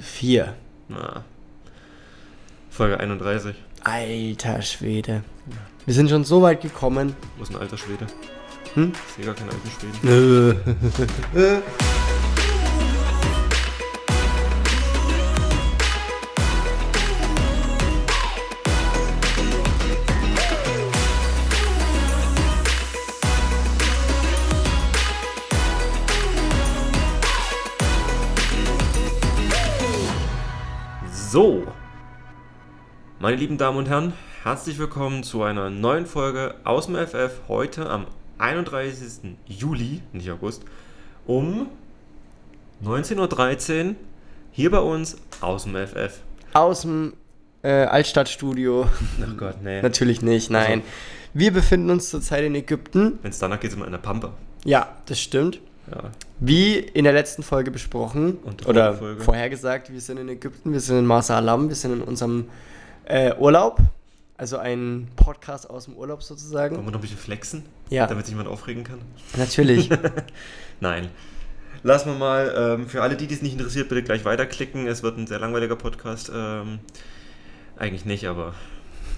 4. Na. Folge 31. Alter Schwede. Wir sind schon so weit gekommen. Wo ist ein alter Schwede? Hm? Ich sehe gar keinen alten Schweden. So, meine lieben Damen und Herren, herzlich willkommen zu einer neuen Folge aus dem FF heute am 31. Juli, nicht August, um 19.13 Uhr hier bei uns aus dem FF. Aus dem äh, Altstadtstudio. Ach Gott, nee. Wenn Natürlich nicht, nein. Wir befinden uns zurzeit in Ägypten. es danach geht, sind wir in der Pampa. Ja, das stimmt. Ja. Wie in der letzten Folge besprochen Und der oder Folge. vorhergesagt, wir sind in Ägypten, wir sind in Marsa Alam, wir sind in unserem äh, Urlaub. Also ein Podcast aus dem Urlaub sozusagen. Wollen wir noch ein bisschen flexen, Ja, damit sich jemand aufregen kann? natürlich. Nein. Lassen wir mal, ähm, für alle, die dies nicht interessiert, bitte gleich weiterklicken. Es wird ein sehr langweiliger Podcast. Ähm, eigentlich nicht, aber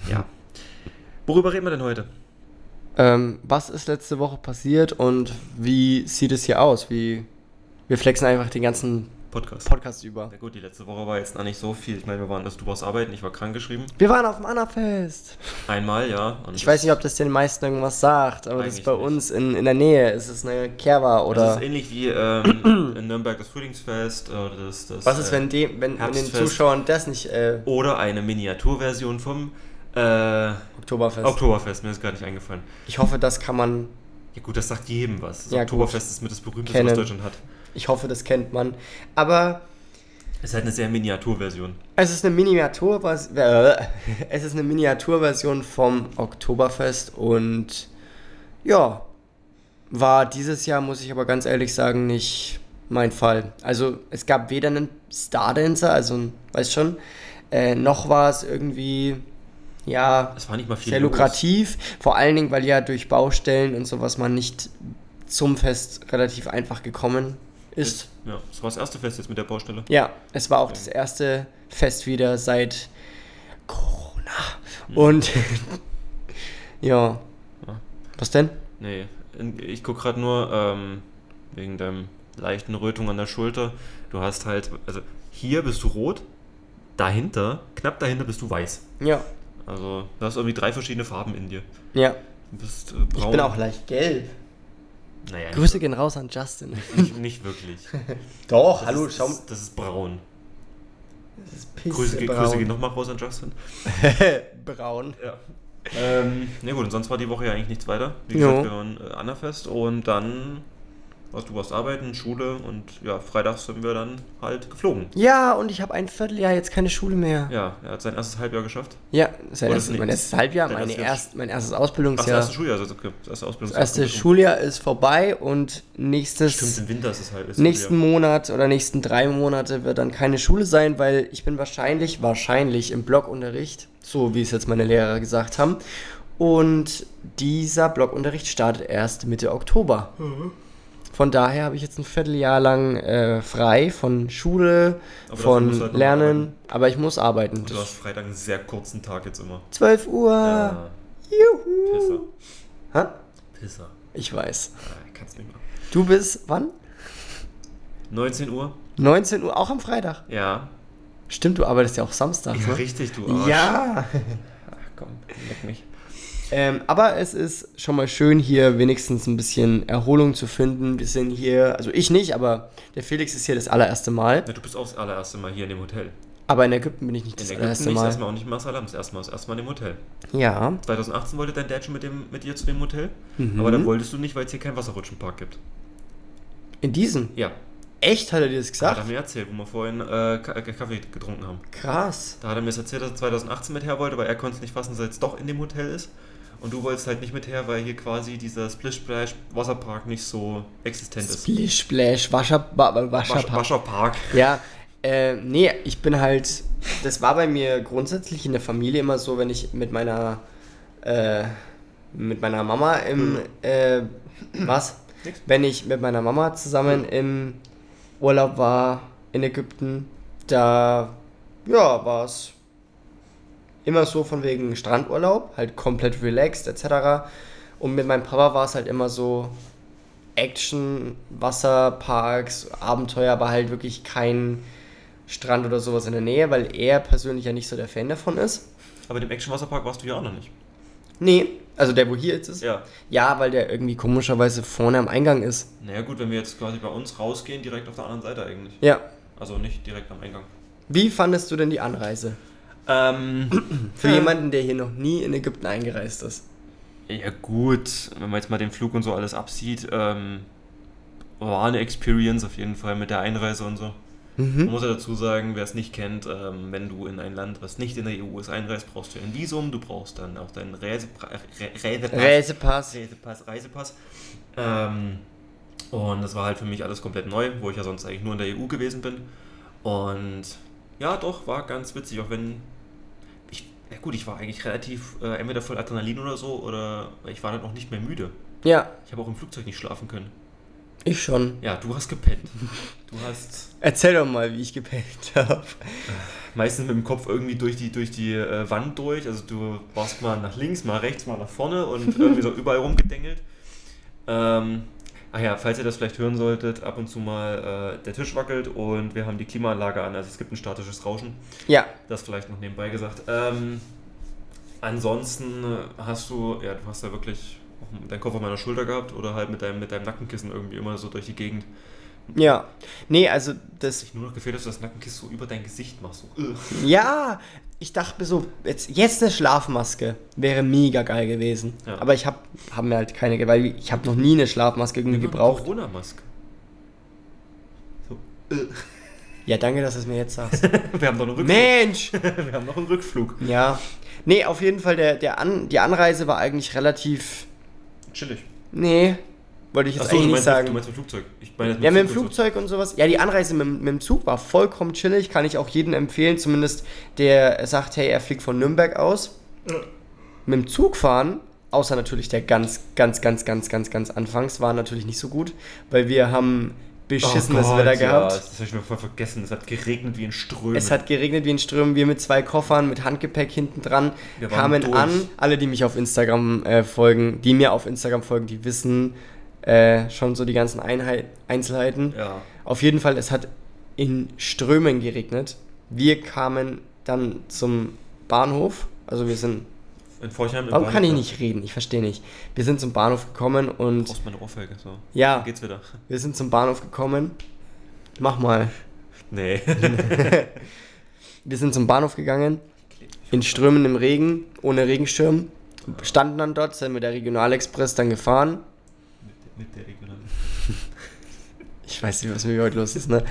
ja. Worüber reden wir denn heute? ähm, was ist letzte Woche passiert und wie sieht es hier aus? Wie, wir flexen einfach den ganzen Podcast. Podcast über. Na gut, die letzte Woche war jetzt noch nicht so viel. Ich meine, wir waren, also du warst arbeiten, ich war krankgeschrieben. Wir waren auf dem Annafest. Einmal, ja. Und Ich weiß nicht, ob das den meisten irgendwas sagt, aber das ist Eigentlich bei nicht. uns in, in der Nähe. Es ist eine Kerwa Das oder. ist ähnlich wie ähm, in Nürnberg das Frühlingsfest. Äh, das, das, Was ist, äh, wenn, dem, wenn, wenn den Herbstfest. Zuschauern das nicht äh, Oder eine Miniaturversion vom äh, Oktoberfest? Oktoberfest. Mir ist gar nicht eingefallen. Ich hoffe, das kann man. Ja gut, das sagt jedem was. Das Ja, gut. Oktoberfest ist mit das berühmteste, Kennen. was Deutschland hat. Ich hoffe, das kennt man. Aber Ist halt eine sehr Miniaturversion. es ist eine Miniaturversion. Äh, es ist eine Miniaturversion vom Oktoberfest und ja, war dieses Jahr, muss ich aber ganz ehrlich sagen, nicht mein Fall. Also es gab weder einen Stardancer, also ein- weißt schon, äh, noch war es irgendwie ja Es war nicht mal viel. sehr los. lukrativ. Vor allen Dingen, weil ja durch Baustellen und sowas man nicht zum Fest relativ einfach gekommen ist. Ja, das war das erste Fest jetzt mit der Baustelle. Ja, es war auch das erste Fest wieder seit Corona. Und ja. Ja. Was denn? Nee, in- ich guck gerade nur ähm, wegen deinem leichten Rötung an der Schulter. Du hast halt, also hier bist du rot, dahinter, knapp dahinter bist du weiß. Ja. Also du hast irgendwie drei verschiedene Farben in dir. Ja. Du bist äh, Ich braun. bin auch leicht gelb. Naja, nicht Grüße wir- gehen raus an Justin. nicht, nicht wirklich. Doch, Das ist, Das, ist- das ist braun. Das ist Grüße, ge- Grüße gehen pissebraun. nochmal raus an Justin. Braun. Ja. Ähm, na gut, und sonst war die Woche ja eigentlich nichts weiter. Wie Jo. gesagt, wir waren äh, Annafest und dann warst du warst arbeiten, Schule und ja, freitags sind wir dann halt geflogen. Ja, und ich habe ein Vierteljahr jetzt keine Schule mehr. Ja, Oh, er hat sein erstes Halbjahr geschafft. Ja, das ist ja Oder erst- nee, mein erstes Halbjahr, dein meine erstes Jahr. erst, mein erstes Ach, das Ausbildungsjahr. erste Schuljahr, also okay, das erste Ausbildungs- Das erste Schuljahr ist vorbei und nächstes Stimmt, im Winter ist es halt. Ist nächsten Schuljahr. Monat oder nächsten drei Monate wird dann keine Schule sein, weil ich bin wahrscheinlich, wahrscheinlich im Blockunterricht, so wie es jetzt meine Lehrer gesagt haben. Und dieser Blockunterricht startet erst Mitte Oktober. Mhm. Von daher habe ich jetzt ein Vierteljahr lang äh, frei von Schule, Aber dafür von musst du halt noch Lernen, aber ich muss arbeiten. Und du hast Freitag einen sehr kurzen Tag jetzt immer. 12 Uhr. Ah. Juhu. Pisser. Hä? Pisser. Ich weiß. Ah, ich kann's nicht mehr. Du bist wann? 19 Uhr? 19 Uhr, auch am Freitag. Ja. Stimmt, du arbeitest ja auch Samstag. Ja, Ne? richtig, du Arsch. Ja. Ach, komm, leck mich. Ähm, aber es ist schon mal schön, hier wenigstens ein bisschen Erholung zu finden. Wir sind hier, also ich nicht, aber der Felix ist hier das allererste Mal. Na, du bist auch das allererste Mal hier in dem Hotel. Aber in Ägypten bin ich nicht In das Ägypten allererste nicht, Mal. erstmal auch nicht in Marsalam, das erste Mal, das erste Mal im Hotel. Ja, 2018 wollte dein Dad schon mit, dem, mit dir zu dem Hotel, aber da wolltest du nicht, weil es hier keinen Wasserrutschenpark gibt. in diesem. Ja, Echt hat er dir das da hat er gesagt? mir erzählt, wo wir vorhin äh, Ka- äh, Kaffee getrunken haben. Krass. Da hat er mir das erzählt, dass er 2018 mit her wollte, weil er konnte es nicht fassen, dass er jetzt doch in dem Hotel ist. Und du wolltest halt nicht mit her, weil hier quasi dieser Splish-Splash-Wasserpark nicht so existent ist. Splish, splash, wascher, wa- wa- wascher, Wasch- Wascherpark. Ja, äh, nee, ich bin halt. Das war bei mir grundsätzlich in der Familie immer so, wenn ich mit meiner äh, mit meiner Mama im äh, was? Nix. Wenn ich mit meiner Mama zusammen im Urlaub war in Ägypten, da, ja, war es immer so von wegen Strandurlaub, halt komplett relaxed etc. Und mit meinem Papa war es halt immer so Action, Wasserparks, Abenteuer, aber halt wirklich kein Strand oder sowas in der Nähe, weil er persönlich ja nicht so der Fan davon ist. Aber dem Action Wasserpark warst du ja auch noch nicht. Nee, also der, wo hier jetzt ist. Ja. Ja, weil der irgendwie komischerweise vorne am Eingang ist. Naja gut, wenn wir jetzt quasi bei uns rausgehen, direkt auf der anderen Seite eigentlich. Ja. Also nicht direkt am Eingang. Wie fandest du denn die Anreise? Ähm, Für jemanden, der hier noch nie in Ägypten eingereist ist. ja gut, wenn man jetzt mal den Flug und so alles absieht, ähm, war eine Experience auf jeden Fall mit der Einreise und so. Man Mhm. muss ja dazu sagen, wer es nicht kennt, ähm, wenn du in ein Land, was nicht in der EU ist, einreist, brauchst du ein Visum, du brauchst dann auch deinen Reisepra- Re- Reisepass. Reisepass. Reisepass, Reisepass. Ähm, und das war halt für mich alles komplett neu, wo ich ja sonst eigentlich nur in der EU gewesen bin. Und ja, doch, war ganz witzig, auch wenn ich, na gut, ich war eigentlich relativ äh, entweder voll Adrenalin oder so, oder ich war dann auch nicht mehr müde. Ja, Ich habe auch im Flugzeug nicht schlafen können. ich schon. Ja, du hast gepennt. Du hast Erzähl doch mal, wie ich gepellt habe. meistens mit dem Kopf irgendwie durch die, durch die äh, Wand durch. Also du warst mal nach links, mal rechts, mal nach vorne und irgendwie so überall rumgedengelt. Ähm, ach ja, falls ihr das vielleicht hören solltet, ab und zu mal äh, der Tisch wackelt und wir haben die Klimaanlage an. Also es gibt ein statisches Rauschen. Ja, Das vielleicht noch nebenbei gesagt. Ähm, ansonsten hast du, ja, du hast ja wirklich auch deinen Kopf auf meiner Schulter gehabt oder halt mit deinem, mit deinem Nackenkissen irgendwie immer so durch die Gegend. ja. Nee, also das. Nur noch gefehlt, dass du das Nackenkissen so über dein Gesicht machst. So. Ugh. Ja, ich dachte mir so, jetzt, jetzt eine Schlafmaske wäre mega geil gewesen. Ja. Aber ich habe hab mir halt keine, ge- weil ich habe noch nie eine Schlafmaske irgendwie Immer eine gebraucht. Corona-Maske. So. Äh. Ja, danke, dass du es mir jetzt sagst. Wir haben doch einen Rückflug. Mensch! Wir haben noch einen Rückflug. Ja. Nee, auf jeden Fall, der, der An die Anreise war eigentlich relativ. Chillig. Nee, wollte ich jetzt Achso, du, eigentlich nicht meinst mit- du sagen. meinst mit Flugzeug. Ich meine jetzt Ja, mit dem und so. Flugzeug und sowas. Ja, die Anreise mit, dem- mit dem Zug war vollkommen chillig. Kann ich auch jedem empfehlen, zumindest der sagt, hey, er fliegt von Nürnberg aus. Mit dem Zug fahren, außer natürlich der ganz, ganz, ganz, ganz, ganz, ganz anfangs, war natürlich nicht so gut, weil wir haben beschissenes Oh Gott, Wetter ja, gehabt. Das habe ich mir voll vergessen. Es hat geregnet wie in Strömen. Es hat geregnet wie in Strömen, wir mit zwei Koffern, mit Handgepäck hinten dran, Wir waren kamen durch. an. Alle, die mich auf Instagram äh, folgen, die mir auf Instagram folgen, die wissen äh, schon so die ganzen Einheit Einzelheiten. ja. Auf jeden Fall, es hat in Strömen geregnet. Wir kamen dann zum Bahnhof. Also wir sind. In Forchheim im Warum kann ich Bahnhof- nicht reden? Ich verstehe nicht. Wir sind zum Bahnhof gekommen Du und brauchst meine Ohrfeige. So. ja, Dann geht's wieder. wir sind zum Bahnhof gekommen. Mach mal. Nee. Wir sind zum Bahnhof gegangen. in strömendem Regen, ohne Regenschirm. Standen dann dort, sind mit der Regionalexpress dann gefahren. mit, mit der regionalen. Ich weiß nicht, was mit mir heute los ist, ne?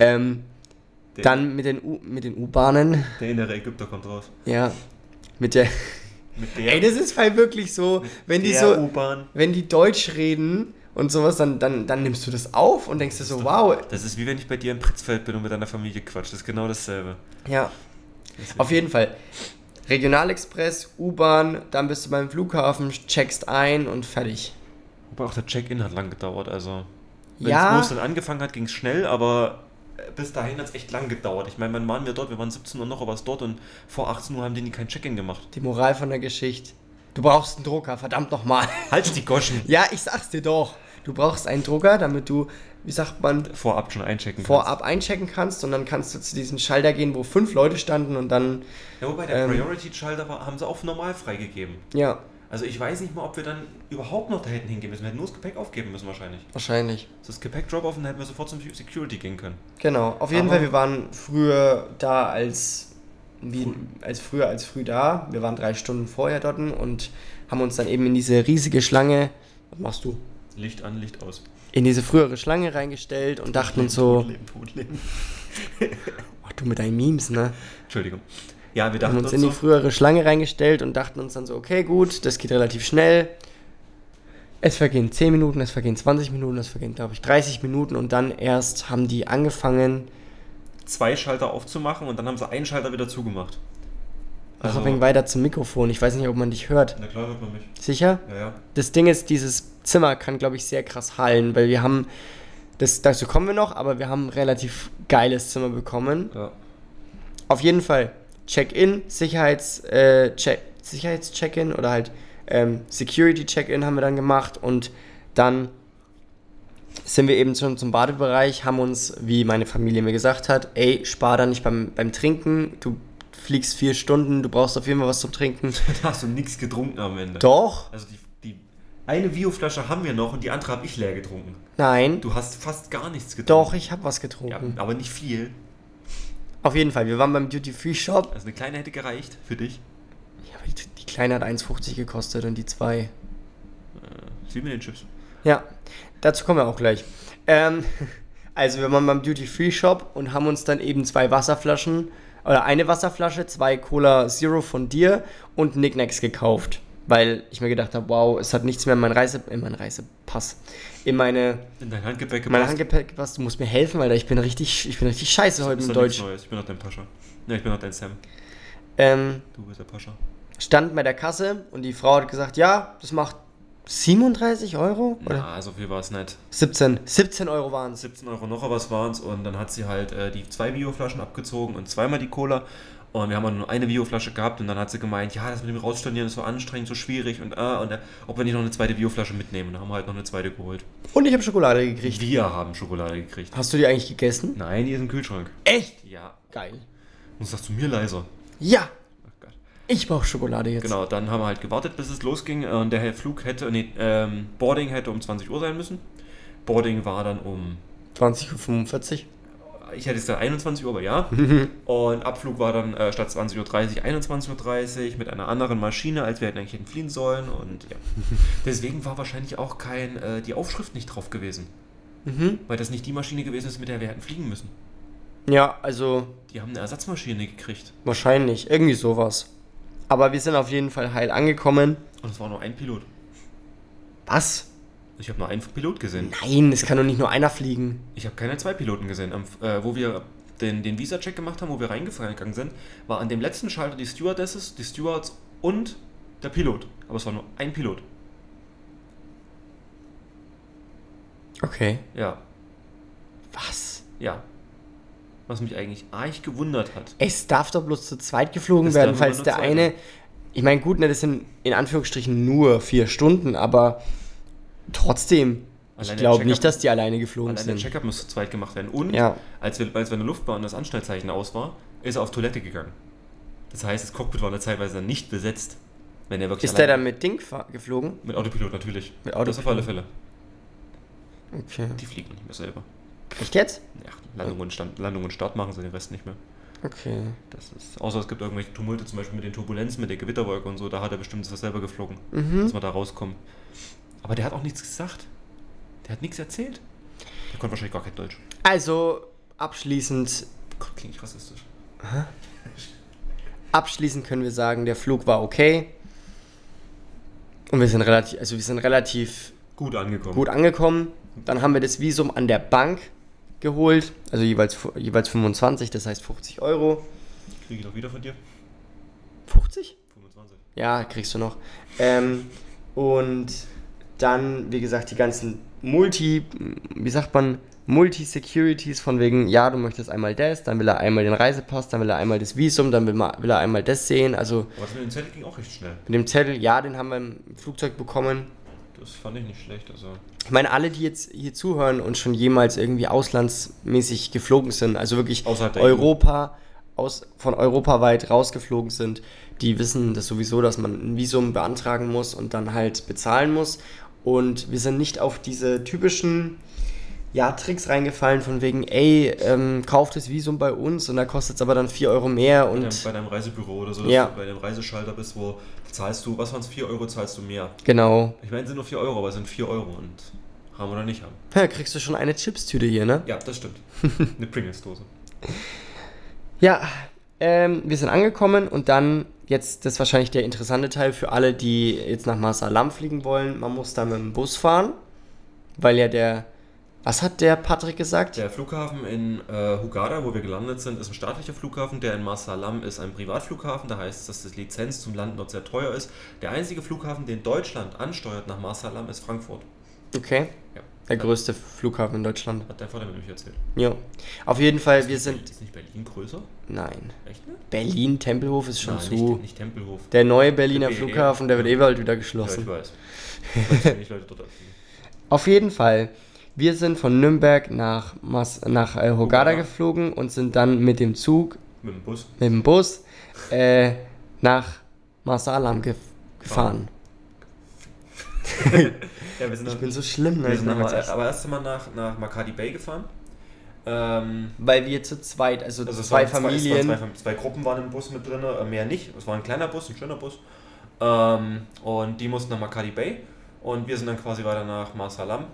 Ähm, Der, dann mit den U- mit den U-Bahnen, Der innere Ägypter kommt raus. ja. Mit der. Mit der, Ey, das ist halt wirklich so, wenn die der so, U-Bahn. wenn die Deutsch reden und sowas, dann, dann, dann nimmst du das auf und denkst dir so, doch- wow. Das ist wie wenn ich bei dir in Pritzfeld bin und mit deiner Familie quatsch. Das ist genau dasselbe. Ja. Auf jeden Fall. Regionalexpress, U-Bahn, dann bist du beim Flughafen, checkst ein und fertig. Wobei auch der Check-in hat lang gedauert. Also Wenn ja. es dann angefangen hat, ging es schnell, aber äh, bis dahin hat es echt lang gedauert. Ich meine, wann waren wir dort? Wir waren 17 Uhr noch was dort und vor 18 Uhr haben die nie kein Check-in gemacht. Die Moral von der Geschichte. Du brauchst einen Drucker, verdammt nochmal. Halt die Goschen! Ja, ich sag's dir doch. Du brauchst einen Drucker, damit du, wie sagt man, Vorab schon einchecken. vorab einchecken kannst und dann kannst du zu diesem Schalter gehen, wo fünf Leute standen und dann, kannst. Ja, wobei der Ähm. Priority-Schalter war- haben sie auf normal freigegeben. ja, Also ich weiß nicht mal, ob wir dann überhaupt noch da hätten hingehen müssen. Wir hätten nur das Gepäck aufgeben müssen wahrscheinlich. wahrscheinlich. So das Gepäck drop-off und dann hätten wir sofort zum Security gehen können. Genau. Auf jeden Aber- Fall, wir waren früher da als, wie, als früher als früh da. Wir waren drei Stunden vorher dort und haben uns dann eben in diese riesige Schlange, was machst du? Licht an, Licht aus. In diese frühere Schlange reingestellt und dachten uns so, Leben, tot leben. oh, du mit deinen Memes, ne? Entschuldigung. Ja, wir haben dachten uns uns in die so, frühere Schlange reingestellt und dachten uns dann so, okay, gut, das geht relativ schnell. Es vergehen 10 Minuten, es vergehen 20 Minuten, es vergehen, glaube ich, 30 Minuten und dann erst haben die angefangen. zwei Schalter aufzumachen und dann haben sie einen Schalter wieder zugemacht. Also, Hopping weiter zum Mikrofon. Ich weiß nicht, ob man dich hört. na klar hört man mich. Sicher? Ja, ja. Das Ding ist, dieses Zimmer kann, glaube ich, sehr krass hallen, weil wir haben. Das, dazu kommen wir noch, aber wir haben ein relativ geiles Zimmer bekommen. Ja. Auf jeden Fall Check-in, Sicherheits, äh, Check, Sicherheits-Check-in oder halt ähm, Security-Check-in haben wir dann gemacht und dann sind wir eben schon zum Badebereich, haben uns, wie meine Familie mir gesagt hat, ey, spar da nicht beim, beim Trinken, du fliegst vier Stunden, du brauchst auf jeden Fall was zum Trinken. Da hast du nichts getrunken am Ende. Doch, Also die, die eine Bioflasche haben wir noch und die andere habe ich leer getrunken. nein, Du hast fast gar nichts getrunken. doch, ich habe was getrunken. Ja, aber nicht viel. Auf jeden Fall, wir waren beim Duty-Free-Shop. Also eine kleine hätte gereicht für dich. Ja, aber die, die Kleine hat 1,50 gekostet und die zwei Sieh mir den Chips. Ja, dazu kommen wir auch gleich. Ähm, also wir waren beim Duty Free Shop und haben uns dann eben zwei Wasserflaschen oder eine Wasserflasche, zwei Cola Zero von dir und Knickknacks gekauft, weil ich mir gedacht habe, wow, es hat nichts mehr in meinen Reise in meinen Reisepass in meine In dein Handgepäck mein gepasst. Handgepäck was. Du musst mir helfen, weil ich bin richtig ich bin richtig scheiße heute Ist im doch nichts Deutsch. Neues. Ich bin noch dein Pascha. Ne, ich bin noch dein Sam. Ähm, Du bist der Pascha. stand bei der Kasse und die Frau hat gesagt, ja, das macht 37 Euro oder Na, so viel war es nicht. 17 17 Euro waren es. 17 Euro noch was waren es und dann hat sie halt äh, die zwei Bioflaschen abgezogen und zweimal die Cola. Und wir haben halt nur eine Bioflasche gehabt und dann hat sie gemeint, ja, das mit dem Rausstornieren ist so anstrengend, so schwierig und ah, und äh, ob wir nicht noch eine zweite Bioflasche mitnehmen. Und dann haben wir halt noch eine zweite geholt. Und ich habe Schokolade gekriegt. Wir haben Schokolade gekriegt. Hast du die eigentlich gegessen? Nein, die ist im Kühlschrank. Echt? Ja. Geil. Und sagst du mir leiser. Ja, Ach Gott. ich brauche Schokolade jetzt. Genau, dann haben wir halt gewartet, bis es losging. äh, Und der Flug hätte, nee, ähm, Boarding hätte um 20 Uhr sein müssen. Boarding war dann um, 20.45 ich hätte es gesagt 21 Uhr, aber ja. Uhr. Und Abflug war dann äh, statt 20.30 Uhr 21.30 Uhr mit einer anderen Maschine, als wir hätten eigentlich hätten fliehen sollen. Und ja. Deswegen war wahrscheinlich auch kein, äh, die Aufschrift nicht drauf gewesen. mhm. Weil das nicht die Maschine gewesen ist, mit der wir hätten fliegen müssen. Ja, also Die haben eine Ersatzmaschine gekriegt. wahrscheinlich. Irgendwie sowas. Aber wir sind auf jeden Fall heil angekommen. Und es war nur ein Pilot. Was? Ich habe nur einen Pilot gesehen. Nein, es kann doch nicht nur einer fliegen. Ich habe keine zwei Piloten gesehen. Am, äh, wo wir den, den Visa-Check gemacht haben, wo wir reingegangen sind, war an dem letzten Schalter die Stewardesses, die Stewards und der Pilot. Aber es war nur ein Pilot. Okay. Ja, Was? ja. Was mich eigentlich arg gewundert hat. Es darf doch bloß zu zweit geflogen Es werden, darf immer falls nur der zwei eine. werden. Ich meine, gut, ne, das sind in Anführungsstrichen nur vier Stunden, aber trotzdem. Allein der ich glaube Check-up- nicht, dass die alleine geflogen Allein der sind. Check-up müsste zu zweit gemacht werden. Und Ja. als, wir, als wir in der Luftbahn das Anschnallzeichen aus war, ist er auf Toilette gegangen. Das heißt, das Cockpit war in der Zeitweise dann nicht besetzt. Wenn er wirklich Ist der dann allein- mit Ding fa- geflogen? mit Autopilot natürlich. Mit Das auf Autopilot. alle Fälle. Okay. Die fliegen nicht mehr selber. Echt jetzt? Ja, Landung Oh. und, Stand, Landung und Start machen sie den Rest nicht mehr. Okay. Das ist, außer es gibt irgendwelche Tumulte, zum Beispiel mit den Turbulenzen, mit der Gewitterwolke und so, da hat er bestimmt das selber geflogen, Mhm. dass wir da rauskommen. Aber der hat auch nichts gesagt. Der hat nichts erzählt. Der konnte wahrscheinlich gar kein Deutsch. Also, abschließend, Gott, klingt ich rassistisch. abschließend können wir sagen, der Flug war okay. Und wir sind relativ, also wir sind relativ Gut angekommen. gut angekommen. Dann haben wir das Visum an der Bank geholt, also jeweils, jeweils 25, das heißt 50 Euro. Kriege ich noch wieder von dir? 50? 25. Ja, kriegst du noch. Ähm, und dann, wie gesagt, die ganzen Multi, wie sagt man, Multi-Securities von wegen, ja, du möchtest einmal das, dann will er einmal den Reisepass, dann will er einmal das Visum, dann will, ma- will er einmal das sehen. Also Aber das mit dem Zettel ging auch recht schnell. mit dem Zettel, ja, den haben wir im Flugzeug bekommen. Das fand ich nicht schlecht. Also. Ich meine, alle, die jetzt hier zuhören und schon jemals irgendwie auslandsmäßig geflogen sind, also wirklich Außerhalb der EU. Europa, aus, von Europa weit rausgeflogen sind, die wissen das sowieso, dass man ein Visum beantragen muss und dann halt bezahlen muss. Und wir sind nicht auf diese typischen ja, Tricks reingefallen, von wegen, ey, ähm, kauft das Visum bei uns und da kostet es aber dann 4 Euro mehr Bei und. deinem, bei deinem Reisebüro oder so, dass Ja. du bei dem Reiseschalter bist, wo zahlst du, was waren es, 4 Euro, zahlst du mehr. Genau. Ich meine, es sind nur 4 Euro, aber es sind 4 Euro und haben oder nicht haben. Ja, kriegst du schon eine Chips-Tüte hier, ne? Ja, das stimmt. Eine Pringles-Dose. Ja, ähm, wir sind angekommen und dann jetzt das ist wahrscheinlich der interessante Teil für alle, die jetzt nach Masalam fliegen wollen. Man muss da mit dem Bus fahren, weil ja der. Was hat der Patrick gesagt? Der Flughafen in äh, Hugada, wo wir gelandet sind, ist ein staatlicher Flughafen. Der in Masalam ist ein Privatflughafen. Da heißt es, dass die Lizenz zum Land dort sehr teuer ist. Der einzige Flughafen, den Deutschland ansteuert nach Masalam, ist Frankfurt. Okay. Ja. Der größte Flughafen in Deutschland. Hat dein Vater mir nämlich erzählt. Ja. Auf jeden Fall, Ist wir nicht Berlin- sind. Ist nicht Berlin größer? Nein. Echt nicht? Berlin, Tempelhof ist schon Nein, zu. Nicht, nicht Tempelhof. Der neue Berliner Der BER. Flughafen, der wird eh bald wieder ja, ich geschlossen. weiß. Weil zu wenig Leute dort abfliegen. Auf jeden Fall. Wir sind von Nürnberg nach, Mas nach äh, Hogada Hurghada. geflogen und sind dann mit dem Zug, Mit dem Bus. mit dem Bus äh, nach Masalam gef gefahren. Ja, wir sind Ich dann, bin so schlimm, ne? wir Ich sind mach dann mal, jetzt echt- aber erst einmal nach, nach Makadi Bay gefahren. Ähm, Weil wir zu zweit, also, also es zwei waren es waren Familien, Zwei, Fam- zwei Gruppen waren im Bus mit drin, äh, mehr nicht. Es war ein kleiner Bus, ein schöner Bus. Ähm, und die mussten nach Makadi Bay. Und wir sind dann quasi weiter nach Marsalam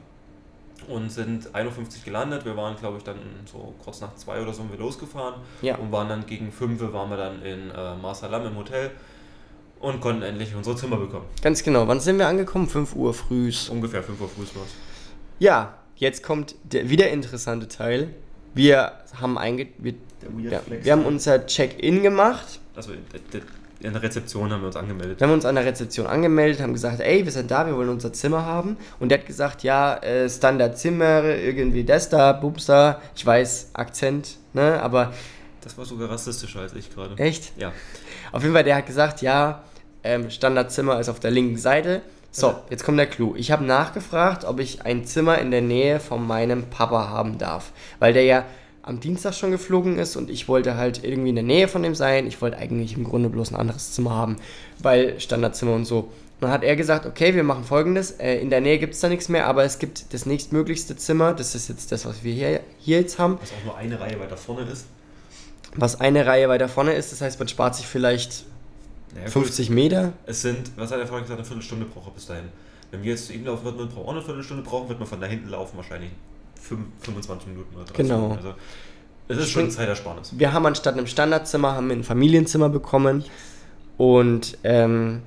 und sind 51 gelandet. Wir waren, glaube ich, dann so kurz nach zwei oder so sind wir losgefahren. ja, und waren dann gegen 5 Uhr waren wir dann in äh, Marsalam im Hotel und konnten endlich unsere Zimmer bekommen. ganz genau. Wann sind wir angekommen? 5 Uhr frühs. Ungefähr 5 Uhr früh war es. Ja, jetzt kommt der wieder interessante Teil. Wir haben einge wir, Der Weird ja, wir haben unser Check-in gemacht. also d- d- in der Rezeption haben wir uns angemeldet. Wir haben uns an der Rezeption angemeldet, haben gesagt, ey, wir sind da, wir wollen unser Zimmer haben. Und der hat gesagt, ja, äh, Standardzimmer, irgendwie das da, Bums da. Ich weiß, Akzent, ne, aber Das war sogar rassistischer als ich gerade. echt. Ja. Auf jeden Fall, der hat gesagt, ja, ähm, Standardzimmer ist auf der linken Seite. So, Ja. jetzt kommt der Clou. Ich habe nachgefragt, ob ich ein Zimmer in der Nähe von meinem Papa haben darf, weil der ja am Dienstag schon geflogen ist und ich wollte halt irgendwie in der Nähe von dem sein. Ich wollte eigentlich im Grunde bloß ein anderes Zimmer haben, weil Standardzimmer und so. Und Dann hat er gesagt, okay, wir machen folgendes. Äh, in der Nähe gibt es da nichts mehr, aber es gibt das nächstmöglichste Zimmer. Das ist jetzt das, was wir hier, hier jetzt haben Was auch nur eine Reihe weiter vorne ist. was eine Reihe weiter vorne ist. Das heißt, man spart sich vielleicht Naja, gut. 50 Meter. Es sind, was hat der Freund gesagt, eine Viertelstunde brauche bis dahin. Wenn wir jetzt zu ihm laufen würden, würden wir auch eine Viertelstunde brauchen, wird man von da hinten laufen wahrscheinlich fünf- 25 Minuten oder 30 Genau. Minuten. Also es ist schon ein Zeitersparnis. Wir haben anstatt einem Standardzimmer haben wir ein Familienzimmer bekommen und ähm,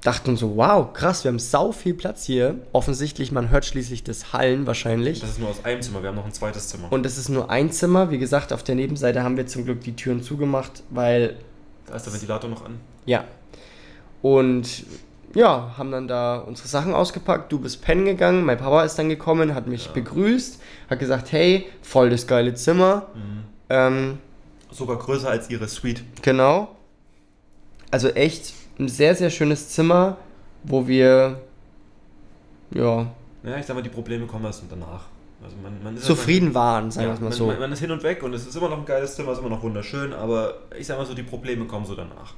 dachten so, wow, krass, wir haben sau viel Platz hier. Offensichtlich, man hört schließlich das Hallen wahrscheinlich. Das ist nur aus einem Zimmer, wir haben noch ein zweites Zimmer. Und es ist nur ein Zimmer. Wie gesagt, auf der Nebenseite haben wir zum Glück die Türen zugemacht, weil Da ist der Ventilator noch an. Ja. Und ja, haben dann da unsere Sachen ausgepackt. Du bist pennen gegangen, mein Papa ist dann gekommen, hat mich Ja. begrüßt, hat gesagt, hey, voll das geile Zimmer. Mhm. Ähm, Sogar größer als ihre Suite. genau. Also echt ein sehr, sehr schönes Zimmer, wo wir ja, Naja, ich sag mal, die Probleme kommen erst danach. Also man, man ist zufrieden waren, Einfach, sagen ja, wir es mal man, so. man, man ist hin und weg und es ist immer noch ein geiles Zimmer, es ist immer noch wunderschön, aber ich sag mal so, die Probleme kommen so danach.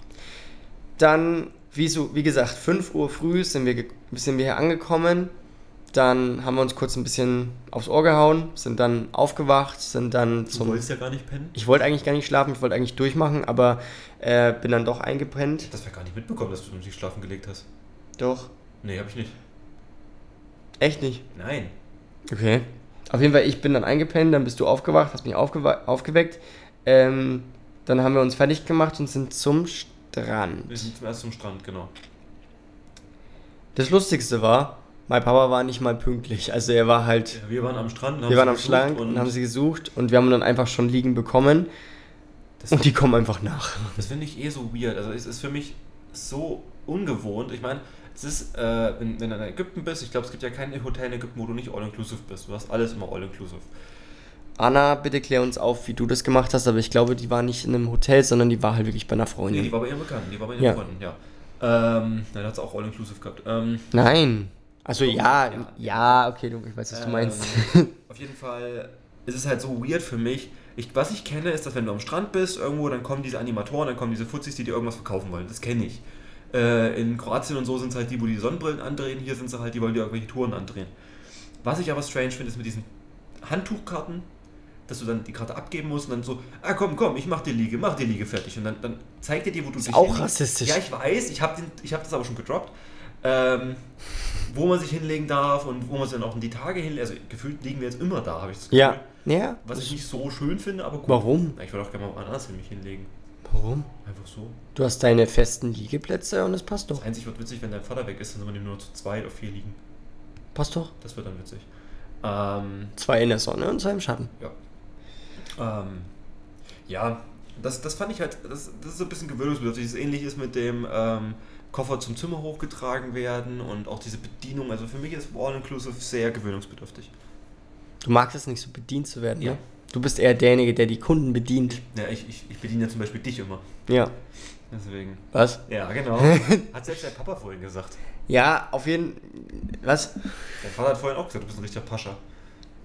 Dann, wie, so, wie gesagt, 5 Uhr früh sind wir, ge- sind wir hier angekommen. Dann haben wir uns kurz ein bisschen aufs Ohr gehauen, sind dann aufgewacht, sind dann Du zum. wolltest ja gar nicht pennen. Ich wollte eigentlich gar nicht schlafen, ich wollte eigentlich durchmachen, aber äh, bin dann doch eingepennt. Das wäre gar nicht mitbekommen, dass du dich schlafen gelegt hast. Doch. Nee, hab ich nicht. Echt nicht. Nein. Okay. Auf jeden Fall, ich bin dann eingepennt, dann bist du aufgewacht, hast mich aufgewa aufgeweckt. Ähm, dann haben wir uns fertig gemacht und sind zum Wir Strand. sind zum ersten zum Strand, genau. Das Lustigste war, mein Papa war nicht mal pünktlich. Also er war halt Ja, Wir waren am Strand. und haben Wir sie waren am gesucht Schlank und und haben sie gesucht und wir haben dann einfach schon liegen bekommen Das, und die kommen einfach nach. das finde ich eh so weird. Also es ist für mich so ungewohnt. Ich meine, es ist, äh, wenn, wenn du in Ägypten bist, ich glaube, es gibt ja kein Hotel in Ägypten, wo du nicht all-inclusive bist. Du hast alles immer all-inclusive. Anna, bitte klär uns auf, wie du das gemacht hast, aber ich glaube, die war nicht in einem Hotel, sondern die war halt wirklich bei einer Nee, Freundin. die war bei ihrem Bekannten, die war bei ihrem Ja. Freunden, ja. Ähm, na, da hat sie auch All-Inclusive gehabt. Ähm, Nein. Also ja, Ja. ja, okay, du, ich weiß, was du meinst. Ähm, auf jeden Fall ist es halt so weird für mich. Ich, was ich kenne, ist, dass wenn du am Strand bist irgendwo, dann kommen diese Animatoren, dann kommen diese Fuzis, die dir irgendwas verkaufen wollen. Das kenne ich. Äh, in Kroatien und so sind es halt die, wo die Sonnenbrillen andrehen. Hier sind es halt die, die wollen dir irgendwelche Touren andrehen. Was ich aber strange finde, ist mit diesen Handtuchkarten, dass du dann die Karte abgeben musst und dann so, ah komm, komm, ich mach die Liege, mach die Liege fertig. Und dann, dann zeigt er dir, wo du dich auch hinlegst. rassistisch. Ja, ich weiß, ich habe hab das aber schon gedroppt. Ähm, wo man sich hinlegen darf und wo man sich dann auch in die Tage hinlegt. Also gefühlt liegen wir jetzt immer da, habe ich das Gefühl. Ja. Ja? Was ich nicht so schön finde, aber gut. Warum? Na, Ich würde auch gerne mal woanders hin mich hinlegen. Warum? Einfach so. Du hast deine festen Liegeplätze und es passt doch. Das einzig wird witzig, wenn dein Vater weg ist, dann sind wir nur zu zweit auf vier liegen. Passt doch. Das wird dann witzig. Ähm, Zwei in der Sonne und zwei im Schatten. ja. Ähm, ja, Das, das fand ich halt, das, das ist so ein bisschen gewöhnungsbedürftig. Das ähnlich ist mit dem ähm, Koffer zum Zimmer hochgetragen werden und auch diese Bedienung. Also für mich ist All-Inclusive sehr gewöhnungsbedürftig. Du magst es nicht so bedient zu werden, Ja. ne? Du bist eher derjenige, der die Kunden bedient. Ja, ich, ich, ich bediene ja zum Beispiel dich immer. Ja. Deswegen. Was? Ja, genau. Hat selbst dein Papa vorhin gesagt. Ja, auf jeden Was? Dein Vater hat vorhin auch gesagt, du bist ein richtiger Pascha.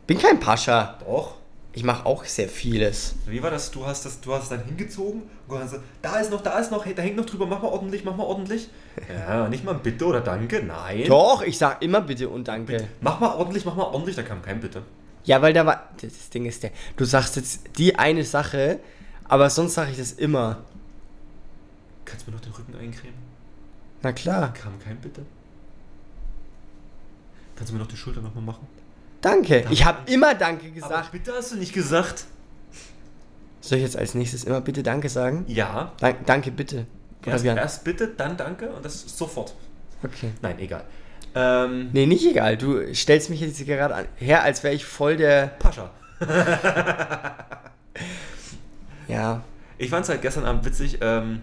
Bin kein Pascha. Doch. Ich mache auch sehr vieles. Wie war das? Du hast das, du hast es dann hingezogen und hast gesagt, da ist noch, da ist noch, hey, da hängt noch drüber, mach mal ordentlich, mach mal ordentlich. Ja, nicht mal ein Bitte oder Danke, nein. Doch, ich sag immer bitte und danke. Mach mal ordentlich, mach mal ordentlich, da kam kein Bitte. Ja, weil da war. Das Ding ist der. Du sagst jetzt die eine Sache, aber sonst sage ich das immer. Kannst du mir noch den Rücken eincremen? Na klar. Kam kein Bitte. Kannst du mir noch die Schulter nochmal machen? Danke. Ich habe immer Danke Aber gesagt. Bitte hast du nicht gesagt. Soll ich jetzt als nächstes immer bitte Danke sagen? Ja. Dank, danke, bitte. Oder Erst, wie? erst bitte, dann Danke und das sofort. Okay. Nein, egal. Ähm, Nee, nicht egal. Du stellst mich jetzt gerade an, her, als wäre ich voll der. Pascha. Ja. Ich fand es halt gestern Abend witzig, ähm,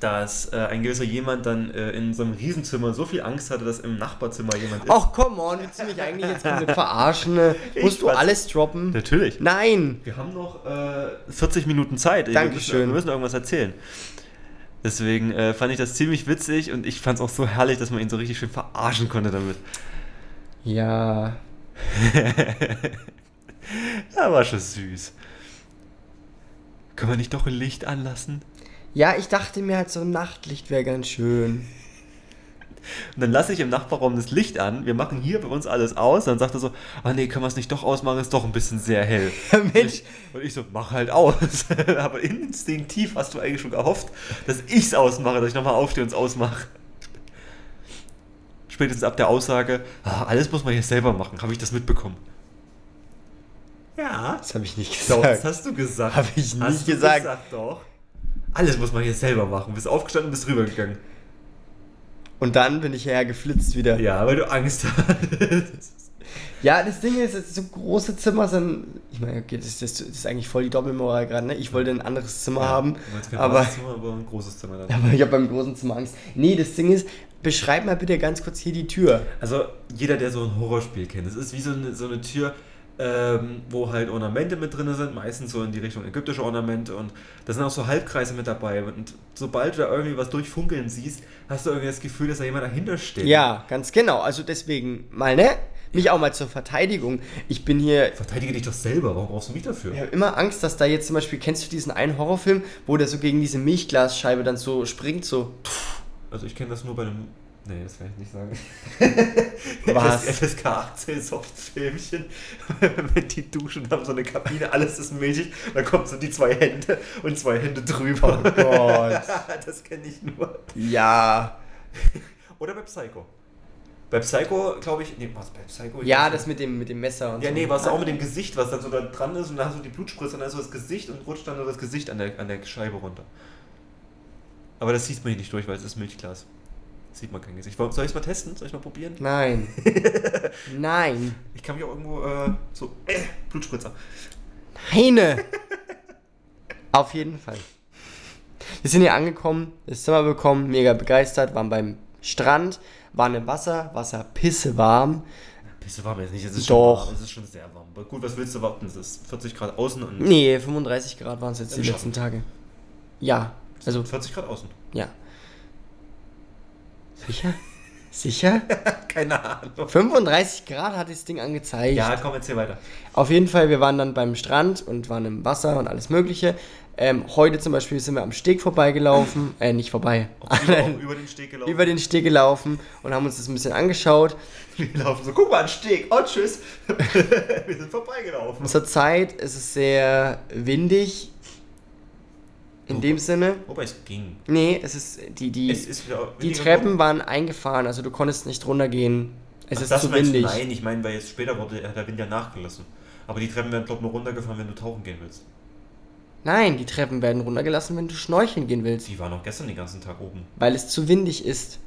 dass äh, ein gewisser jemand dann äh, in so einem Riesenzimmer so viel Angst hatte, dass im Nachbarzimmer jemand ist. Och, come on, willst du mich eigentlich jetzt komplett verarschen? ne? Ich Musst du weiß. alles droppen? Natürlich. Nein! Wir haben noch äh, 40 Minuten Zeit. Wir Dankeschön. müssen- Wir müssen irgendwas erzählen. Deswegen äh, fand ich das ziemlich witzig und ich fand es auch so herrlich, dass man ihn so richtig schön verarschen konnte damit. Ja. Ja, war schon süß. Können wir nicht doch ein Licht anlassen? Ja, ich dachte mir halt, so ein Nachtlicht wäre ganz schön. Und dann lasse ich im Nachbarraum das Licht an. Wir machen hier bei uns alles aus. Dann sagt er so: Ah, nee, können wir es nicht doch ausmachen? Ist doch ein bisschen sehr hell. Mensch. Und ich so: Mach halt aus. Aber instinktiv hast du eigentlich schon gehofft, dass ich es ausmache, dass ich nochmal aufstehe und es ausmache. Spätestens ab der Aussage: ah, Alles muss man hier selber machen. Habe ich das mitbekommen? Ja. Das habe ich nicht So, das gesagt. hast du gesagt. Hab ich Hast nicht du gesagt. doch. Alles muss man hier selber machen. Bist aufgestanden, bist rübergegangen. Und dann bin ich hergeflitzt wieder. Ja, weil du Angst hattest. Ja, das Ding ist, es- so große Zimmer sind. Ich meine, okay, das, das, das ist eigentlich voll die Doppelmoral gerade, ne? Ich wollte ein anderes Zimmer haben, Du meinst kein aber, kleines Zimmer, aber ein großes Zimmer dann. aber ich habe beim großen Zimmer Angst. Nee, das Ding ist, beschreib mal bitte ganz kurz hier die Tür. Also jeder, der so ein Horrorspiel kennt, es ist wie so eine, so eine Tür, ähm, wo halt Ornamente mit drin sind, meistens so in die Richtung ägyptische Ornamente und da sind auch so Halbkreise mit dabei und sobald du da irgendwie was durchfunkeln siehst, hast du irgendwie das Gefühl, dass da jemand dahinter steht. Ja, ganz genau. Also deswegen mal, ne? Mich auch mal zur Verteidigung. Ich bin hier. Verteidige dich doch selber, warum brauchst du mich dafür? Ich habe immer Angst, dass da jetzt zum Beispiel, kennst du diesen einen Horrorfilm, wo der so gegen diese Milchglasscheibe dann so springt, so. Also ich kenne das nur bei einem... Nee, das kann ich nicht sagen. Was? FSK 18 Softfilmchen, wenn die duschen haben, so eine Kabine, alles ist milchig, dann kommen so die zwei Hände und zwei Hände drüber. Oh Gott. das kenne ich nur. Ja. Oder bei Psycho. Bei Psycho, glaube ich. Nee, was bei Psycho? Ich Ja, weiß das mit dem, mit dem Messer und nicht. Ja, so. nee, was auch mit dem Gesicht, was dann so da dran ist und dann hast du die Blutspritze und dann ist so das Gesicht und rutscht dann so das Gesicht an der, an der Scheibe runter. Aber das sieht man hier nicht durch, weil es ist Milchglas. Sieht man kein Gesicht. Warum- Soll ich es mal testen? Soll ich mal probieren? Nein. Nein. Ich kann mich auch irgendwo äh, so. Äh, Blutspritzer. Heine! Auf jeden Fall. Wir sind hier angekommen, das Zimmer bekommen, mega begeistert, waren beim Strand, waren im Wasser, Wasser pisse warm. Bisschen warm jetzt nicht. Es ist Doch. Schon warm. Es ist schon sehr warm. Aber gut, was willst du erwarten? Es ist 40 Grad außen und Nee, 35 Grad waren es jetzt die Im letzten Tage. Ja, also 40 Grad außen. ja. Sicher? Sicher? Keine Ahnung. 35 Grad hat das Ding angezeigt. Ja, komm, erzähl weiter. Auf jeden Fall, wir waren dann beim Strand und waren im Wasser und alles Mögliche. Ähm, heute zum Beispiel sind wir am Steg vorbeigelaufen, äh, nicht vorbei, Auch über, auch über den Steg gelaufen. über den Steg gelaufen und haben uns das ein bisschen angeschaut. Wir laufen so, guck mal, ein Steg. Oh, tschüss. wir sind vorbeigelaufen. Zurzeit ist es sehr windig. In dem Sinne. Wobei es ging. Nee, es ist. Die, die, Oh. Es ist wieder die weniger Treppen geworden. waren eingefahren, also du konntest nicht runtergehen. Es Ach, ist das zu meinst du? windig. Nein, ich meine, weil jetzt später wurde, hat der Wind ja nachgelassen. Aber die Treppen werden, glaube ich, nur runtergefahren, wenn du tauchen gehen willst. Nein, die Treppen werden runtergelassen, wenn du schnorcheln gehen willst. Die waren auch gestern den ganzen Tag oben. weil es zu windig ist.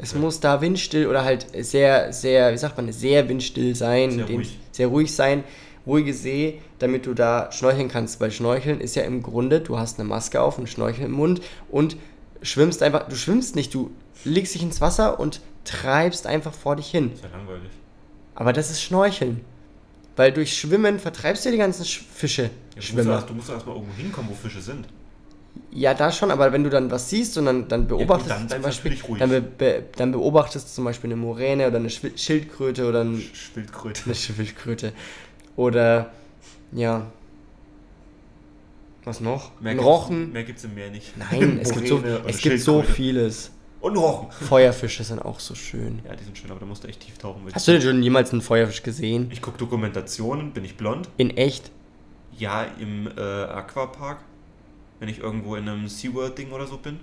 Es Okay. muss da windstill oder halt sehr, sehr, wie sagt man, sehr windstill sein, Sehr in dem- ruhig. sehr ruhig sein. ruhige See, damit du da schnorcheln kannst. Weil Schnorcheln ist ja im Grunde, du hast eine Maske auf und Schnorchel im Mund und schwimmst einfach, du schwimmst nicht, du legst dich ins Wasser und treibst einfach vor dich hin. Ist ja langweilig. Aber das ist Schnorcheln. Weil durch Schwimmen vertreibst du die ganzen Sch Fische. Ja, du, musst Schwimmer. erst, du musst erstmal irgendwo hinkommen, wo Fische sind. Ja, da schon, aber wenn du dann was siehst und dann, dann beobachtest dann du zum bleibst Beispiel, natürlich ruhig. dann, be be dann beobachtest du zum Beispiel eine Moräne oder eine Schwi- Schildkröte oder ein, Sch- Schildkröte. eine Schildkröte oder ja, was noch? Ein gibt's- Rochen? Mehr gibt's im Meer nicht. Nein, es gibt so, Moräne und es gibt so Schildkröte. vieles. Und ein Rochen. Feuerfische sind auch so schön. Ja, die sind schön, aber da musst du echt tief tauchen. weil Hast die- du denn schon jemals einen Feuerfisch gesehen? Ich gucke Dokumentationen, bin ich blond? In echt? Ja, im äh, Aquapark. Wenn ich irgendwo in einem SeaWorld-Ding oder so bin.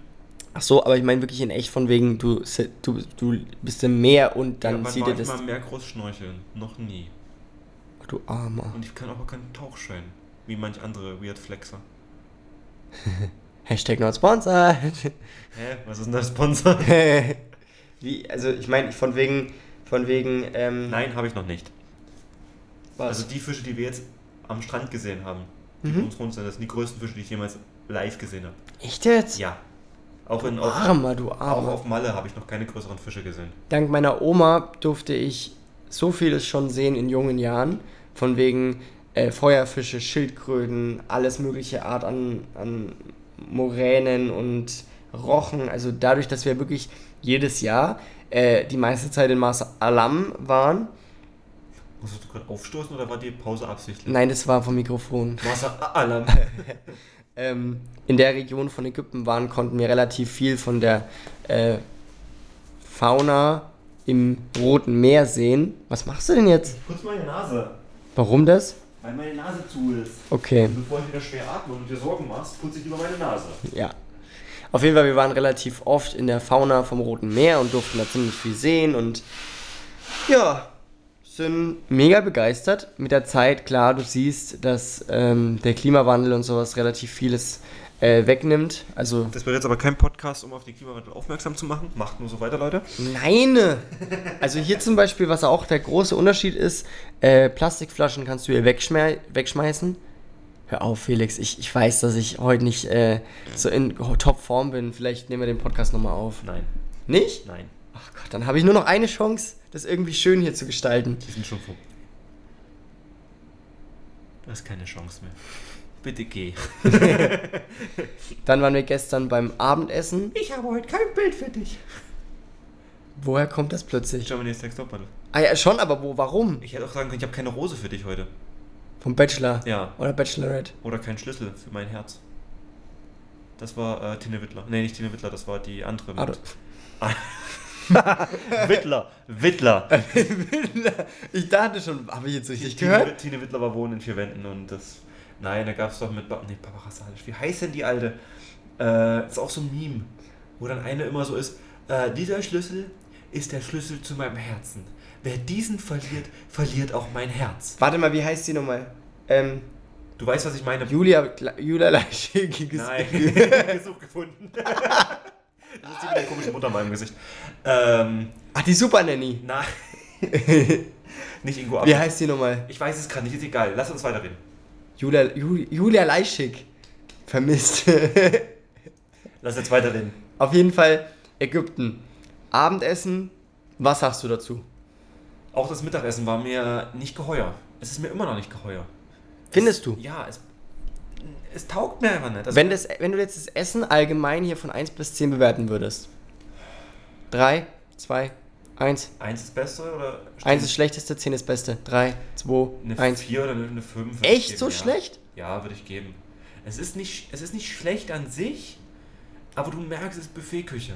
Ach so, aber ich meine wirklich in echt von wegen, du, si- du, du bist im Meer und dann ja, sieht war dir das. mal mehr groß schnorcheln. Noch nie. Du Armer. Und ich kann auch keinen Tauchschein. Wie manch andere Weird Flexer. Hashtag not sponsored. Hä? Was ist denn der Sponsor? Wie, also ich meine, von wegen, von wegen, ähm, Nein, habe ich noch nicht. was? Also die Fische, die wir jetzt am Strand gesehen haben, die Mhm. bei uns rund sind, das sind die größten Fische, die ich jemals live gesehen habe. echt jetzt? Ja. Auch, in, auch, Armer, du auch Armer. auf Malle habe ich noch keine größeren Fische gesehen. Dank meiner Oma durfte ich so vieles schon sehen in jungen Jahren. Von wegen äh, Feuerfische, Schildkröten, alles mögliche Art an, an Moränen und Rochen. Also dadurch, dass wir wirklich jedes Jahr äh, die meiste Zeit in Mas Alam waren. Musstest du gerade aufstoßen oder war die Pause absichtlich? ah, Nein, das war vom Mikrofon. Wasseralarm. ähm, in der Region von Ägypten waren, konnten wir relativ viel von der äh, Fauna im Roten Meer sehen. Was machst du denn jetzt? Kurz meine Nase, Warum das? weil meine Nase zu ist. Okay, Bevor ich wieder schwer atme und dir Sorgen machst, putze ich lieber meine Nase. ja. Auf jeden Fall, wir waren relativ oft in der Fauna vom Roten Meer und durften da ziemlich viel sehen und ja, sind mega begeistert. Mit der Zeit, klar, du siehst, dass ähm, der Klimawandel und sowas relativ vieles äh, wegnimmt. Also Das wird jetzt aber kein Podcast, um auf den Klimawandel aufmerksam zu machen. Macht nur so weiter, Leute. Nein! Also hier zum Beispiel, was auch der große Unterschied ist, äh, Plastikflaschen kannst du hier wegschmei wegschmeißen. Hör auf, Felix, ich, ich weiß, dass ich heute nicht äh, so in Topform bin. Vielleicht nehmen wir den Podcast nochmal auf. Nein, Nicht? nein. Ach Gott, dann habe ich nur noch eine Chance, das irgendwie schön hier zu gestalten. Die sind schon vor. Du hast keine Chance mehr. Bitte geh. Dann waren wir gestern beim Abendessen. Ich habe heute kein Bild für dich. Woher kommt das plötzlich? Germany's Next Topmodel. Ah ja, schon, aber wo, warum? Ich hätte auch sagen können, ich habe keine Rose für dich heute. Vom Bachelor. Ja. Oder Bachelorette. Oder keinen Schlüssel für mein Herz. Das war äh, Tine Wittler. Nee, nicht Tine Wittler, das war die andere. Ah, du- Wittler. Wittler. ich dachte schon, habe ich jetzt richtig Tine, gehört? Tine Wittler war wohnen in vier Wänden und das. Nein, da gab es doch mit. Ba- Nee, Barbara Salisch. Wie heißt denn die alte? Äh, ist auch so ein Meme, wo dann eine immer so ist: äh, Dieser Schlüssel ist der Schlüssel zu meinem Herzen. Wer diesen verliert, verliert auch mein Herz. Warte mal, wie heißt die nochmal? Ähm, Du weißt, was ich meine. Julia, Kla- Julia Leischig Nein, gesucht gefunden. das ist die mit der komischen Mutter in meinem Gesicht. Ähm, Ach, die Super Nanny. nein. nicht Ingo Wie Appel. heißt die nochmal? Ich weiß es gerade nicht, ist egal. Lass uns weiterreden. Julia, Ju- Julia Leischig. Vermisst. Lass jetzt weiterreden. Auf jeden Fall Ägypten. Abendessen. Was sagst du dazu? Auch das Mittagessen war mir nicht geheuer. Es ist mir immer noch nicht geheuer. Findest du? Ja, es, es taugt mir einfach nicht. Also, Wenn, das, wenn du jetzt das Essen allgemein hier von 1 bis 10 bewerten würdest. 3, 2, 1. eins ist besser oder 1 ist schlechteste, 10 ist beste. 3, 2, eine 1. 4 oder eine 5? Echt so schlecht? Ja, würde ich geben. Es ist, nicht, es ist nicht schlecht an sich, aber du merkst, es ist Buffetküche.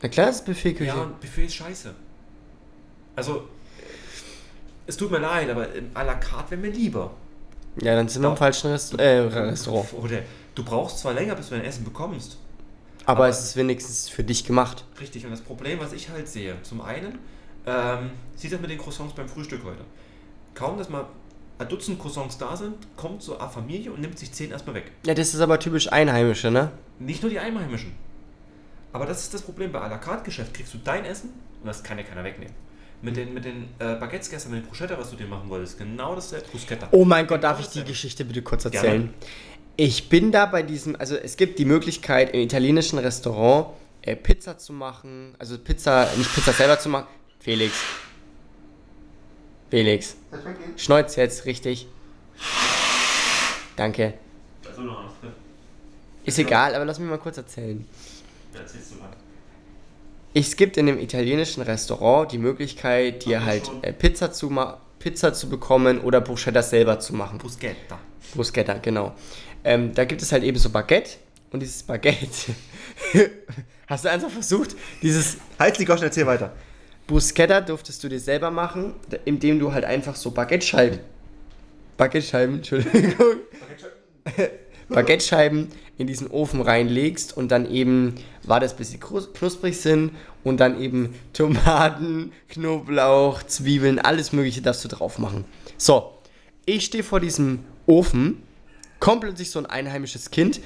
Na klar, das ist Ja, Buffetküche. und Buffet ist scheiße. Also, äh, es tut mir leid, aber ähm, à la carte wäre mir lieber. Ja, dann sind wir im Doch. falschen Rest äh, Restaurant. Oder du brauchst zwar länger, bis du dein Essen bekommst. Aber Aber- es ist wenigstens für dich gemacht. Richtig, und das Problem, was ich halt sehe, zum einen, ähm, sieht das mit den Croissants beim Frühstück heute. Kaum, dass mal ein Dutzend Croissants da sind, kommt so eine Familie und nimmt sich zehn erstmal weg. Ja, das ist aber typisch Einheimische, ne? Nicht nur die Einheimischen. Aber das ist das Problem, bei à la carte Geschäft kriegst du dein Essen und das kann dir keiner wegnehmen. Mit den, mit den äh, Baguettes gestern, mit den Bruschetta, was du dir machen wolltest. Genau dasselbe. Bruschetta. Oh mein Gott, darf Genau ich die dasselbe. Geschichte bitte kurz Gerne. erzählen? Ich bin da bei diesem, also es gibt die Möglichkeit, im italienischen Restaurant äh, Pizza zu machen, also Pizza, nicht Pizza selber zu machen. Felix. Felix. Schneuz jetzt, richtig. Danke. Also noch eins. Ist egal, aber lass mich mal kurz erzählen. Ja, Erzählst du mal. Es gibt in dem italienischen Restaurant die Möglichkeit, dir Ach, halt schon. äh, Pizza zu ma- Pizza zu bekommen oder Bruschetta selber zu machen. Bruschetta. Bruschetta, genau. Ähm, da gibt es halt eben so Baguette und dieses Baguette. Hast du einfach versucht, dieses Halt die Goschen, erzähl weiter. Bruschetta durftest du dir selber machen, da- indem du halt einfach so Baguette-Scheiben. Baguette-Scheiben, Entschuldigung. Baguette-Scheiben in diesen Ofen reinlegst und dann eben war das bis sie krus- knusprig sind und dann eben Tomaten, Knoblauch, Zwiebeln, alles Mögliche darfst du drauf machen. So, ich stehe vor diesem Ofen, kommt plötzlich so ein einheimisches Kind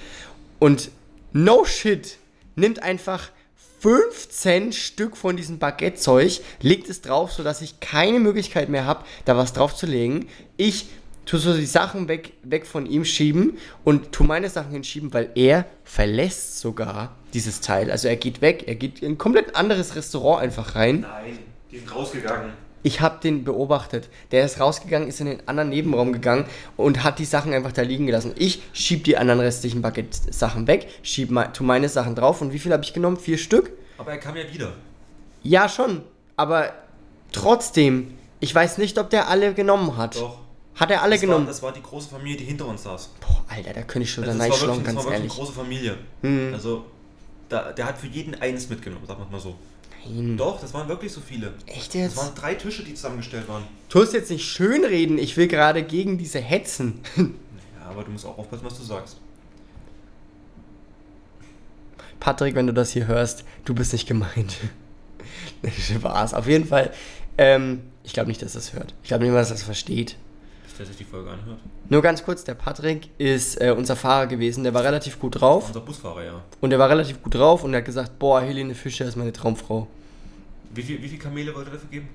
und no shit, nimmt einfach 15 Stück von diesem Baguette-Zeug, legt es drauf, sodass ich keine Möglichkeit mehr habe, da was drauf zu legen. Ich tue so die Sachen weg, weg von ihm schieben und tue meine Sachen hinschieben, weil er verlässt sogar dieses Teil. Also er geht weg, er geht in ein komplett anderes Restaurant einfach rein. Nein, die sind rausgegangen. Ich habe den beobachtet. Der ist rausgegangen, ist in den anderen Nebenraum gegangen und hat die Sachen einfach da liegen gelassen. Ich schieb die anderen restlichen Baguette-Sachen weg, schieb me tu meine Sachen drauf und wie viel habe ich genommen? Vier Stück? Aber er kam ja wieder. Ja, schon. Aber trotzdem, ich weiß nicht, ob der alle genommen hat. Doch. Hat er alle Das war, genommen? das war die große Familie, die hinter uns saß. Boah, Alter, da könnte ich schon Also also das, war wirklich, reinschlagen, das ganz war wirklich eine ehrlich. große Familie. Also, da, der hat für jeden eines mitgenommen, sagen wir mal so. Nein. Doch, das waren wirklich so viele. Echt Das jetzt? waren drei Tische, die zusammengestellt waren. Du musst jetzt nicht schönreden, ich will gerade gegen diese hetzen. Ja, aber du musst auch aufpassen, was du sagst. Patrick, wenn du das hier hörst, du bist nicht gemeint. Spaß. Auf jeden Fall, ähm, ich glaube nicht, dass das hört. Ich glaube nicht mal, dass das versteht. Bis der sich die Folge anhört. Nur ganz kurz, der Patrick ist äh, unser Fahrer gewesen, der war relativ gut drauf. Unser Busfahrer, ja. Und der war relativ gut drauf und er hat gesagt, boah, Helene Fischer ist meine Traumfrau. Wie viel, wie viel Kamele wollte er dafür geben?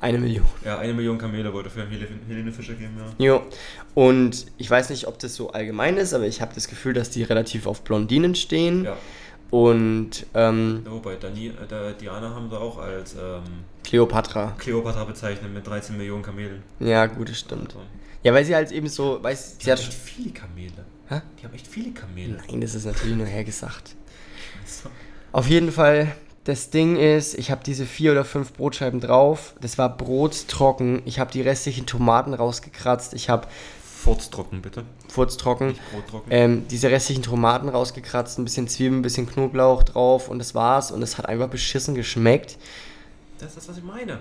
Eine Million. Ja, eine Million Kamele wollte er für Helene Helene Fischer geben, ja. Jo. Und ich weiß nicht, ob das so allgemein ist, aber ich habe das Gefühl, dass die relativ auf Blondinen stehen. Ja, Und ähm, ja wobei, Dani, äh, da- Diana haben sie auch als ähm, Cleopatra. Cleopatra bezeichnet mit 13 Millionen Kamelen. Ja, gut, das stimmt. Also, Ja, weil sie halt eben so, weiß, die sie haben hat. echt viele Kamele. Hä? Die haben echt viele Kamele. Also. Nein, das ist natürlich nur hergesagt. So. Auf jeden Fall, das Ding ist, ich habe diese vier oder fünf Brotscheiben drauf. Das war brottrocken. Ich habe die restlichen Tomaten rausgekratzt. Ich habe Furztrocken, bitte. furztrocken. Brottrocken. Ähm, diese restlichen Tomaten rausgekratzt, ein bisschen Zwiebeln, ein bisschen Knoblauch drauf und das war's. Und es hat einfach beschissen geschmeckt. Das ist das, was ich meine.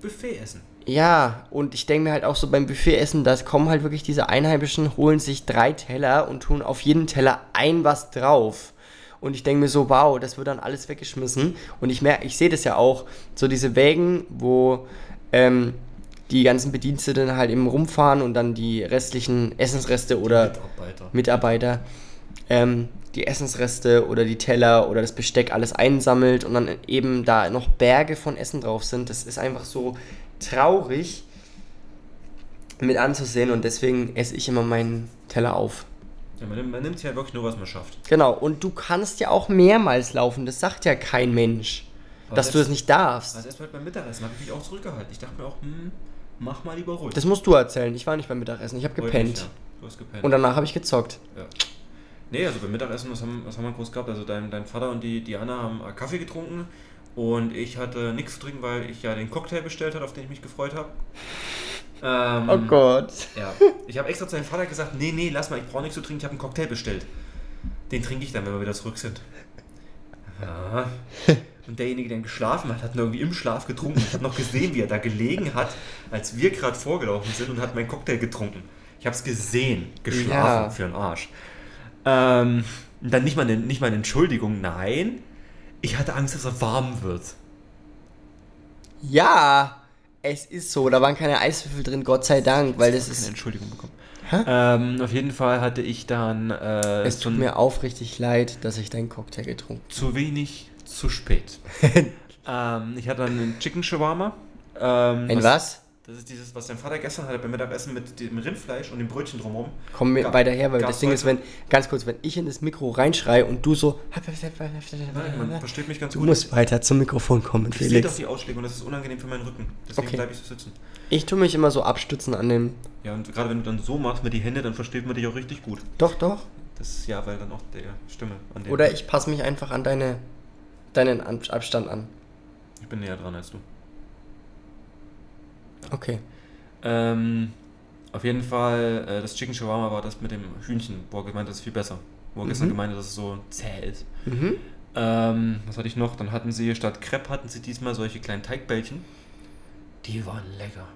Buffet essen. Ja, und ich denke mir halt auch so beim Buffetessen, da kommen halt wirklich diese Einheimischen, holen sich drei Teller und tun auf jeden Teller ein was drauf. Und ich denke mir so, wow, das wird dann alles weggeschmissen. Und ich merke, ich sehe das ja auch, so diese Wägen, wo ähm, die ganzen Bediensteten halt eben rumfahren und dann die restlichen Essensreste oder Mitarbeiter. Mitarbeiter ähm, die Essensreste oder die Teller oder das Besteck alles einsammelt und dann eben da noch Berge von Essen drauf sind. Das ist einfach so traurig mit anzusehen und deswegen esse ich immer meinen Teller auf. Ja, man, nimmt- man nimmt sich halt wirklich nur, was man schafft. Genau, und du kannst ja auch mehrmals laufen, das sagt ja kein Mensch, Aber dass du das selbst- nicht darfst. Also erstmal beim Mittagessen habe ich mich auch zurückgehalten. Ich dachte mir auch, hm, mach mal lieber ruhig. Das musst du erzählen, ich war nicht beim Mittagessen, ich habe Heute nicht, gepennt. ja. Du hast gepennt. Und danach habe ich gezockt. ja. Nee, also beim Mittagessen, was haben, was haben wir groß gehabt? Also dein, dein Vater und die Diana haben äh, Kaffee getrunken und ich hatte nichts zu trinken, weil ich ja den Cocktail bestellt hatte, auf den ich mich gefreut habe. Ähm, Oh Gott. Ja, ich habe extra zu seinem Vater gesagt, nee, nee, lass mal, ich brauche nichts zu trinken, ich habe einen Cocktail bestellt. Den trinke ich dann, wenn wir wieder zurück sind. Ja. Und derjenige, der geschlafen hat, hat ihn irgendwie im Schlaf getrunken. Ich habe noch gesehen, wie er da gelegen hat, als wir gerade vorgelaufen sind und hat meinen Cocktail getrunken. Ich habe es gesehen, geschlafen Ja. für einen Arsch. Ähm, und dann nicht mal, eine, nicht mal eine Entschuldigung, nein. Ich hatte Angst, dass er warm wird. Ja, es ist so, da waren keine Eiswürfel drin, Gott sei Dank, weil das Ich hab ist keine Entschuldigung bekommen. Hä? Ähm, auf jeden Fall hatte ich dann äh, Es so tut ein- mir aufrichtig leid, dass ich deinen Cocktail getrunken zu wenig, zu spät. Ähm, ich hatte dann einen Chicken Shawarma. Ähm, In was? Das ist dieses, was dein Vater gestern hatte beim Mittagessen mit dem Rindfleisch und dem Brötchen drumherum. Komm mir Gab- weiter her, weil gab's das Ding ist, wenn, heute- ganz kurz, wenn ich in das Mikro reinschreie und du so. Nein, man versteht mich ganz Du gut. musst weiter zum Mikrofon kommen, ich sehe doch Felix. die Ausschläge und das ist unangenehm für meinen Rücken. Deswegen Okay. bleibe ich so sitzen. Ich tue mich immer so abstützen an dem. Ja, und gerade wenn du dann so machst mit die Hände, dann versteht man dich auch richtig gut. Doch, doch. Das ja, weil dann auch der Stimme an der. Oder ich passe mich einfach an deine, deinen An- Abstand an. Ich bin näher dran als du. Okay. Ähm, auf jeden Fall, äh, das Chicken Shawarma war das mit dem Hühnchen, wo er gemeint hat, das ist viel besser. Wo er gestern Mhm. gemeint hat, dass es so zäh ist. Mhm. Ähm, was hatte ich noch? Dann hatten sie statt Crepe hatten sie diesmal solche kleinen Teigbällchen. Die waren lecker.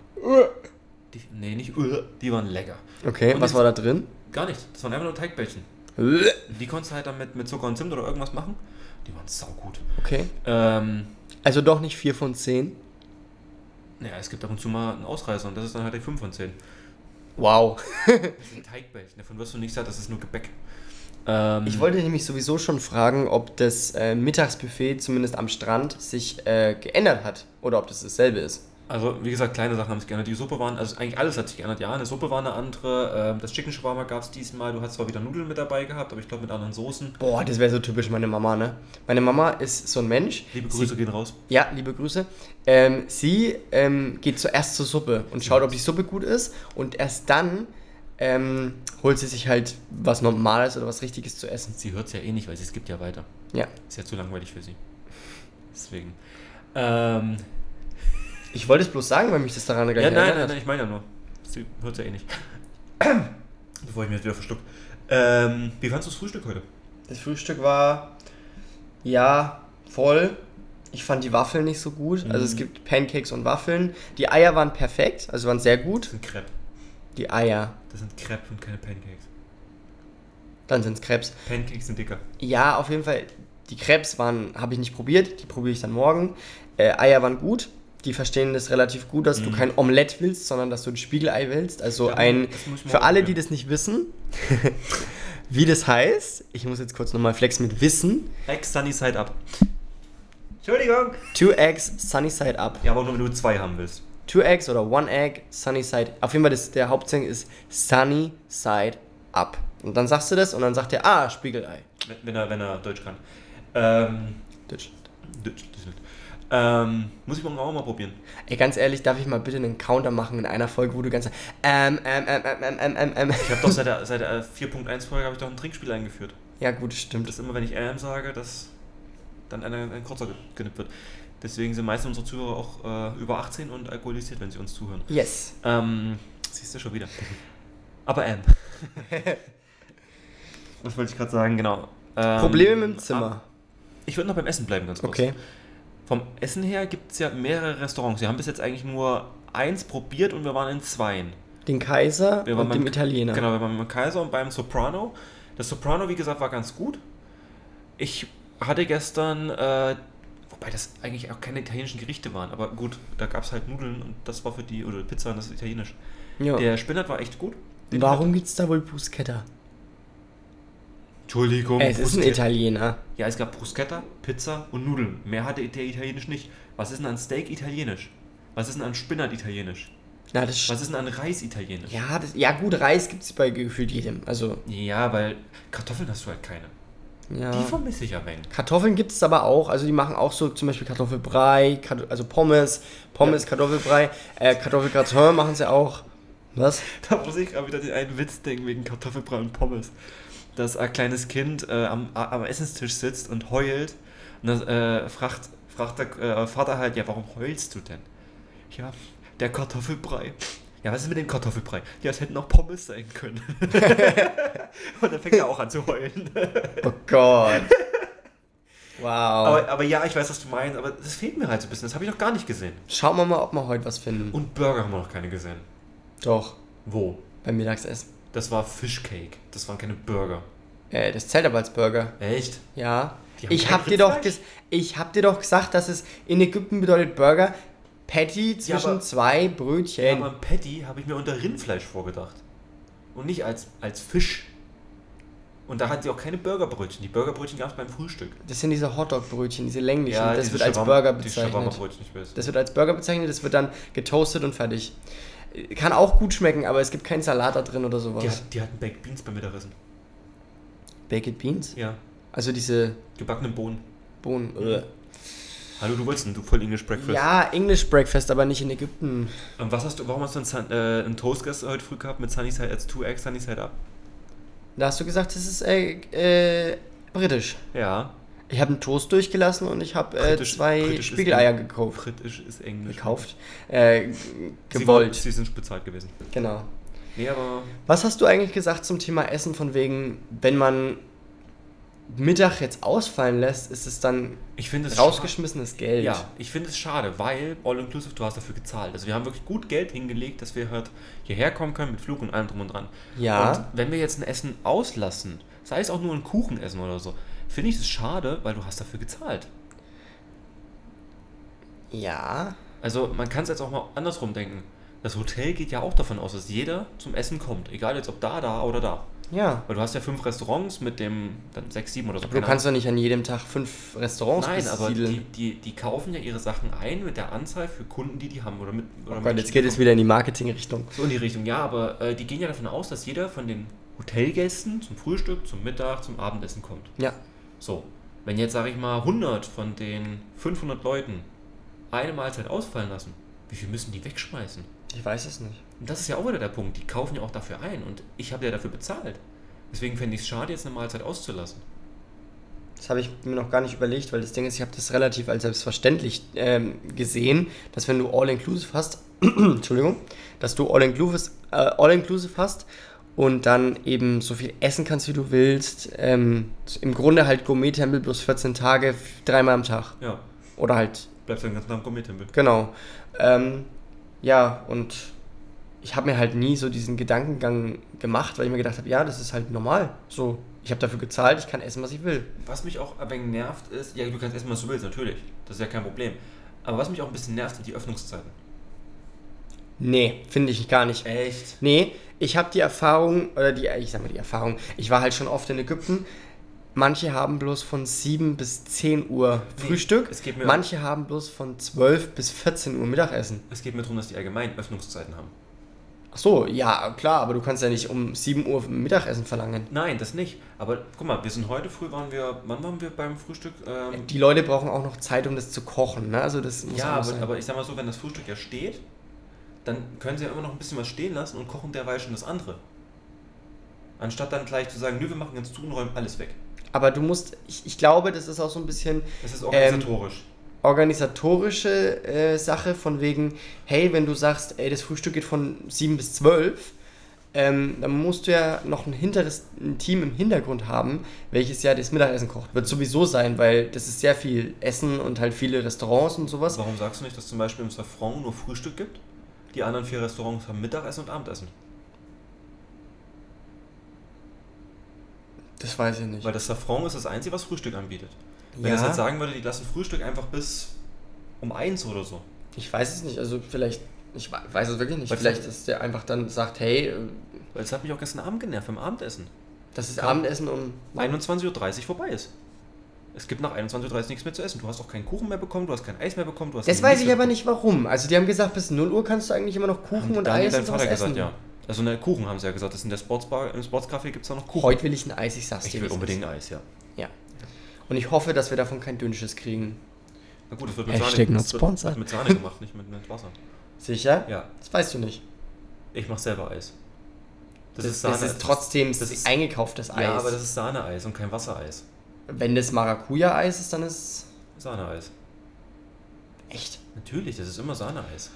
Die, nee, nicht uh, die waren lecker. Okay, Äh. Und was jetzt- war da drin? Äh. Gar nicht, das waren einfach nur Teigbällchen. Die konntest du halt dann mit, mit Zucker und Zimt oder irgendwas machen. Die waren saugut. Okay. Ähm, Also doch nicht 4 von 10. naja, es gibt ab und zu mal einen Ausreißer und das ist dann halt die 5 von 10. Wow. Das sind Teigbällchen, davon wirst du nichts sagen, das ist nur Gebäck. Ähm, Ich wollte nämlich sowieso schon fragen, ob das äh, Mittagsbuffet zumindest am Strand sich äh, geändert hat oder ob das dasselbe ist. Also, wie gesagt, kleine Sachen haben sich geändert. Die Suppe waren, also eigentlich alles hat sich geändert. Ja, eine Suppe war eine andere. Ähm, das Chicken Shawarma gab es diesmal. Du hast zwar wieder Nudeln mit dabei gehabt, aber ich glaube mit anderen Soßen. Boah, das wäre so typisch meine Mama, ne? Meine Mama ist so ein Mensch. Liebe Grüße gehen raus. Sie, ja, liebe Grüße. Ähm, sie ähm, geht zuerst zur Suppe und schaut, ob die Suppe gut ist. Und erst dann ähm, holt sie sich halt was Normales oder was Richtiges zu essen. Sie hört es ja eh nicht, weil sie es gibt ja weiter. Ja. Ist ja zu langweilig für sie. Deswegen. Ähm, Ich wollte es bloß sagen, weil mich das daran gleich ja, nein, erinnert nein, hat. nein, ich meine ja nur. Sie hört es ja eh nicht. Bevor ich mir jetzt wieder verschluck. Ähm, wie fandst du das Frühstück heute? Das Frühstück war ja voll. Ich fand die Waffeln nicht so gut. Also Mhm. es gibt Pancakes und Waffeln. Die Eier waren perfekt, also waren sehr Das gut. sind Crepe. Die Eier, Das sind Crepe und keine Pancakes. dann sind's Krebs. Pancakes sind dicker. Ja, auf jeden Fall. Die Krebs waren, habe ich nicht probiert. Die probiere ich dann morgen. Äh, Eier waren gut. Die verstehen das relativ gut, dass du Mhm. kein Omelett willst, sondern dass du ein Spiegelei willst. Also Ja, ein. das muss ich morgen Für alle, die probieren. das nicht wissen, wie das heißt, ich muss jetzt kurz nochmal flexen mit Wissen. Ex Sunny Side Up. Entschuldigung. 2x Sunny Side Up. Ja, aber nur wenn du zwei haben willst. Two Eggs oder One Egg, Sunny Side. Auf jeden Fall, das, der Hauptsing ist Sunny Side Up. Und dann sagst du das und dann sagt er, ah, Spiegelei. Wenn- Wenn er, wenn er Deutsch kann. Ähm, Ditch. Deutsch, das nicht. Ähm, muss ich morgen auch mal probieren. Ey, ganz ehrlich, darf ich mal bitte einen Counter machen in einer Folge, wo du ganz ähm, ähm, ähm, ähm, ähm, ähm, ähm, ähm. Ich habe doch seit der, seit der 4.1-Folge habe ich doch ein Trinkspiel eingeführt. Ja, gut, stimmt. Das immer, wenn ich AM sage, dass dann ein, ein kurzer ge- genippt wird. Deswegen sind meistens unsere Zuhörer auch äh, über 18 und alkoholisiert, wenn sie uns zuhören. Yes. Ähm, siehst du schon wieder. Aber ähm. Was wollte ich gerade sagen, genau. Ähm, Probleme mit dem Zimmer. ab- Ich würde noch beim Essen bleiben, ganz kurz. Okay. Vom Essen her gibt es ja mehrere Restaurants. Wir haben bis jetzt eigentlich nur eins probiert und wir waren in zweien. Den Kaiser Wir waren und dem Italiener. Genau, wir waren beim Kaiser und beim Soprano. Das Soprano, wie gesagt, war ganz gut. Ich hatte gestern, äh, wobei das eigentlich auch keine italienischen Gerichte waren, aber gut, da gab es halt Nudeln und das war für die, oder Pizza und das ist italienisch. Ja. Der Spinat war echt gut. Den Oh. Warum gibt's da wohl Bruschetta? Entschuldigung. Ey, Äh, es ist ein Bruschetta. Italiener. Ja, es gab Bruschetta, Pizza und Nudeln. Mehr hatte der Italienisch nicht. Was ist denn an Steak italienisch? Was ist denn an Spinat italienisch? Na, das Was ist denn an Reis italienisch? ja, das, ja, gut, Reis gibt's bei gefühlt jedem. Also, Ja, weil Kartoffeln hast du halt keine. ja. Die vermisse ich ja wenig. Kartoffeln gibt es aber auch, also die machen auch so zum Beispiel Kartoffelbrei, Kart also Pommes, Pommes, Kartoffelbrei, äh, Kartoffelgratin machen sie auch. Was? Da muss ich gerade wieder den einen Witz denken wegen Kartoffelbrei und Pommes. Dass ein kleines Kind äh, am, am Essenstisch sitzt und heult. Und dann äh, fragt, fragt der äh, Vater halt, ja, warum heulst du denn? Ja, der Kartoffelbrei. Ja, was ist mit dem Kartoffelbrei? Ja, es hätten auch Pommes sein können. und dann fängt er auch an zu heulen. Oh Gott. Wow. Aber, aber ja, ich weiß, was du meinst, aber das fehlt mir halt so ein bisschen. Das habe ich noch gar nicht gesehen. Schauen wir mal, ob wir heute was finden. Und Burger haben wir noch keine gesehen. Doch, Wo? beim Mittagsessen. Das war Fishcake. Das waren keine Burger. Äh, das zählt aber als Burger. Echt? Ja. Die haben Ich kein hab, dir doch Rindfleisch? ges ich hab dir doch gesagt, dass es in Ägypten bedeutet Burger Patty zwischen aber- zwei Ja, Brötchen. aber ein Patty habe ich mir unter Rindfleisch vorgedacht. Und nicht als, als Fisch. Und da hat sie auch keine Burgerbrötchen. Die Burgerbrötchen gab es beim Frühstück. Das sind diese Hotdog-Brötchen, diese länglichen. das diese wird als Shawarma- Burger die bezeichnet. Shawarma-Brötchen, ich weiß. Das wird als Burger bezeichnet, das wird dann getoastet und fertig. Kann auch gut schmecken, aber es gibt keinen Salat da drin oder sowas. Die, hat, die hatten Baked Beans beim Mittagessen. Baked Beans? Ja. Also diese Gebackenen Bohnen. Bohnen. Äh, Hallo, du wolltest ein du voll English Breakfast. Ja, English Breakfast, aber nicht in Ägypten. Und was hast du, warum hast du einen, Sun, äh, einen Toast gestern heute früh gehabt mit Sunny Side, als 2 Eggs, Sunny Side Up? Da hast du gesagt, das ist äh, äh, britisch. Ja. Ich habe einen Toast durchgelassen und ich habe äh, Britisch- zwei britisch ist Spiegeleier Eng- gekauft. Britisch ist Englisch. Gekauft? Äh, Sie gewollt. waren- Sie sind bezahlt gewesen. Genau. Nee, aber Was hast du eigentlich gesagt zum Thema Essen von wegen, wenn man Mittag jetzt ausfallen lässt, ist es dann ich finde es rausgeschmissenes Geld? Ja, ich finde es schade, weil All-Inclusive, du hast dafür gezahlt. Also wir haben wirklich gut Geld hingelegt, dass wir halt hierher kommen können mit Flug und allem drum und dran. Ja. Und wenn wir jetzt ein Essen auslassen, sei es auch nur ein Kuchen essen oder so, finde ich es schade, weil du hast dafür gezahlt. Ja. Also man kann es jetzt auch mal andersrum denken. Das Hotel geht ja auch davon aus, dass jeder zum Essen kommt. Egal jetzt ob da, da oder da. Ja. Genau. Weil du hast ja fünf Restaurants mit dem, dann sechs, sieben oder so. Du keine kannst doch nicht an jedem Tag fünf Restaurants Nein, aber besiedeln. die, die, die kaufen ja ihre Sachen ein mit der Anzahl für Kunden, die die haben. Oder mit, oder oh Gott, Menschen, jetzt die geht es kommen. wieder in die Marketingrichtung. So in die Richtung, ja, aber äh, die gehen ja davon aus, dass jeder von den Hotelgästen zum Frühstück, zum Mittag, zum Abendessen kommt. Ja. So, wenn jetzt, sage ich mal, 100 von den 500 Leuten eine Mahlzeit ausfallen lassen, wie viel müssen die wegschmeißen? Ich weiß es nicht. Und das ist ja auch wieder der Punkt, die kaufen ja auch dafür ein und ich habe ja dafür bezahlt. Deswegen fände ich es schade, jetzt eine Mahlzeit auszulassen. Das habe ich mir noch gar nicht überlegt, weil das Ding ist, ich habe das relativ als selbstverständlich ähm, gesehen, dass wenn du All-Inclusive hast, Entschuldigung, dass du All-Inclusive äh, All hast und dann eben so viel essen kannst, wie du willst. Ähm, Im Grunde halt Gourmet-Tempel plus 14 Tage, f- dreimal am Tag. Ja, Oder halt, bleibst dann ganz nah am Gourmet-Tempel. genau. Ähm, ja, und ich habe mir halt nie so diesen Gedankengang gemacht, weil ich mir gedacht habe, ja, das ist halt normal. So, ich habe dafür gezahlt, ich kann essen, was ich will. Was mich auch ein wenig nervt ist, ja, du kannst essen, was du willst, natürlich. Das ist ja kein Problem. Aber was mich auch ein bisschen nervt, sind die Öffnungszeiten. Nee, finde ich gar nicht. Echt? Nee, ich habe die Erfahrung, oder die, ich sag mal die Erfahrung, ich war halt schon oft in Ägypten. Manche haben bloß von 7 bis 10 Uhr Nee, Frühstück. es geht mir- um manche haben bloß von 12 bis 14 Uhr Mittagessen. Es geht mir darum, dass die allgemein Öffnungszeiten haben. Ach so, ja, klar, aber du kannst ja nicht um 7 Uhr Mittagessen verlangen. Nein, das nicht. Aber guck mal, wir sind heute früh, waren wir, wann waren wir beim Frühstück? Ähm, Die Leute brauchen auch noch Zeit, um das zu kochen, ne? Also das muss ja, auch aber, sein. aber ich sag mal so, wenn das Frühstück ja steht, dann können sie ja immer noch ein bisschen was stehen lassen und kochen derweil schon das andere. Anstatt dann gleich zu sagen, nö, wir machen jetzt zu und räumen alles weg. aber du musst, ich, ich glaube, das ist auch so ein bisschen Das ist organisatorisch. Ähm, organisatorische äh, Sache von wegen, hey, wenn du sagst, ey, das Frühstück geht von 7 bis 12, ähm, dann musst du ja noch ein, hinteres, ein Team im Hintergrund haben, welches ja das Mittagessen kocht. Wird sowieso sein, weil das ist sehr viel Essen und halt viele Restaurants und sowas. Warum sagst du nicht, dass zum Beispiel im Safran nur Frühstück gibt? Die anderen vier Restaurants haben Mittagessen und Abendessen. Das weiß ich nicht. Weil das Safran ist das Einzige, was Frühstück anbietet. Wenn Ja. das jetzt sagen würde, die lassen Frühstück einfach bis um eins oder so. Ich weiß es nicht, also vielleicht, ich we- weiß es wirklich nicht. Weil- Vielleicht, dass der einfach dann sagt, hey, äh, Weil es hat mich auch gestern Abend genervt beim Abendessen. das ist Abendessen um 21.30 Uhr vorbei ist. Es gibt nach 21.30 Uhr nichts mehr zu essen. Du hast auch keinen Kuchen mehr bekommen, du hast kein Eis mehr bekommen, du hast Das nichts weiß ich mehr aber bekommen. nicht warum. Also die haben gesagt, bis 0 Uhr kannst du eigentlich immer noch Kuchen und Da hat mir Eis dein und sowas Vater gesagt, essen. ja. Also ne, Kuchen haben sie ja gesagt. Das ist in der Sportsbar, im Sportscafé gibt es da noch Kuchen. Heute will ich ein Eis, ich sag's dir. ich wie will es unbedingt ein Eis, ja. ist. Ja. Und ich hoffe, dass wir davon kein dünnsches kriegen. Na gut, das wird mit Hashtag Sahne, not das wird- das sponsored. wird mit Sahne gemacht, nicht mit, mit Wasser. Sicher? Ja, Das weißt du nicht. ich mach selber Eis. Das, das ist trotzdem das ist- eingekauftes Eis. Ja, aber das ist Sahneeis und kein Wassereis. Wenn das Maracuja-Eis ist, dann ist Sahneeis. echt. Natürlich, das ist immer Sahneeis.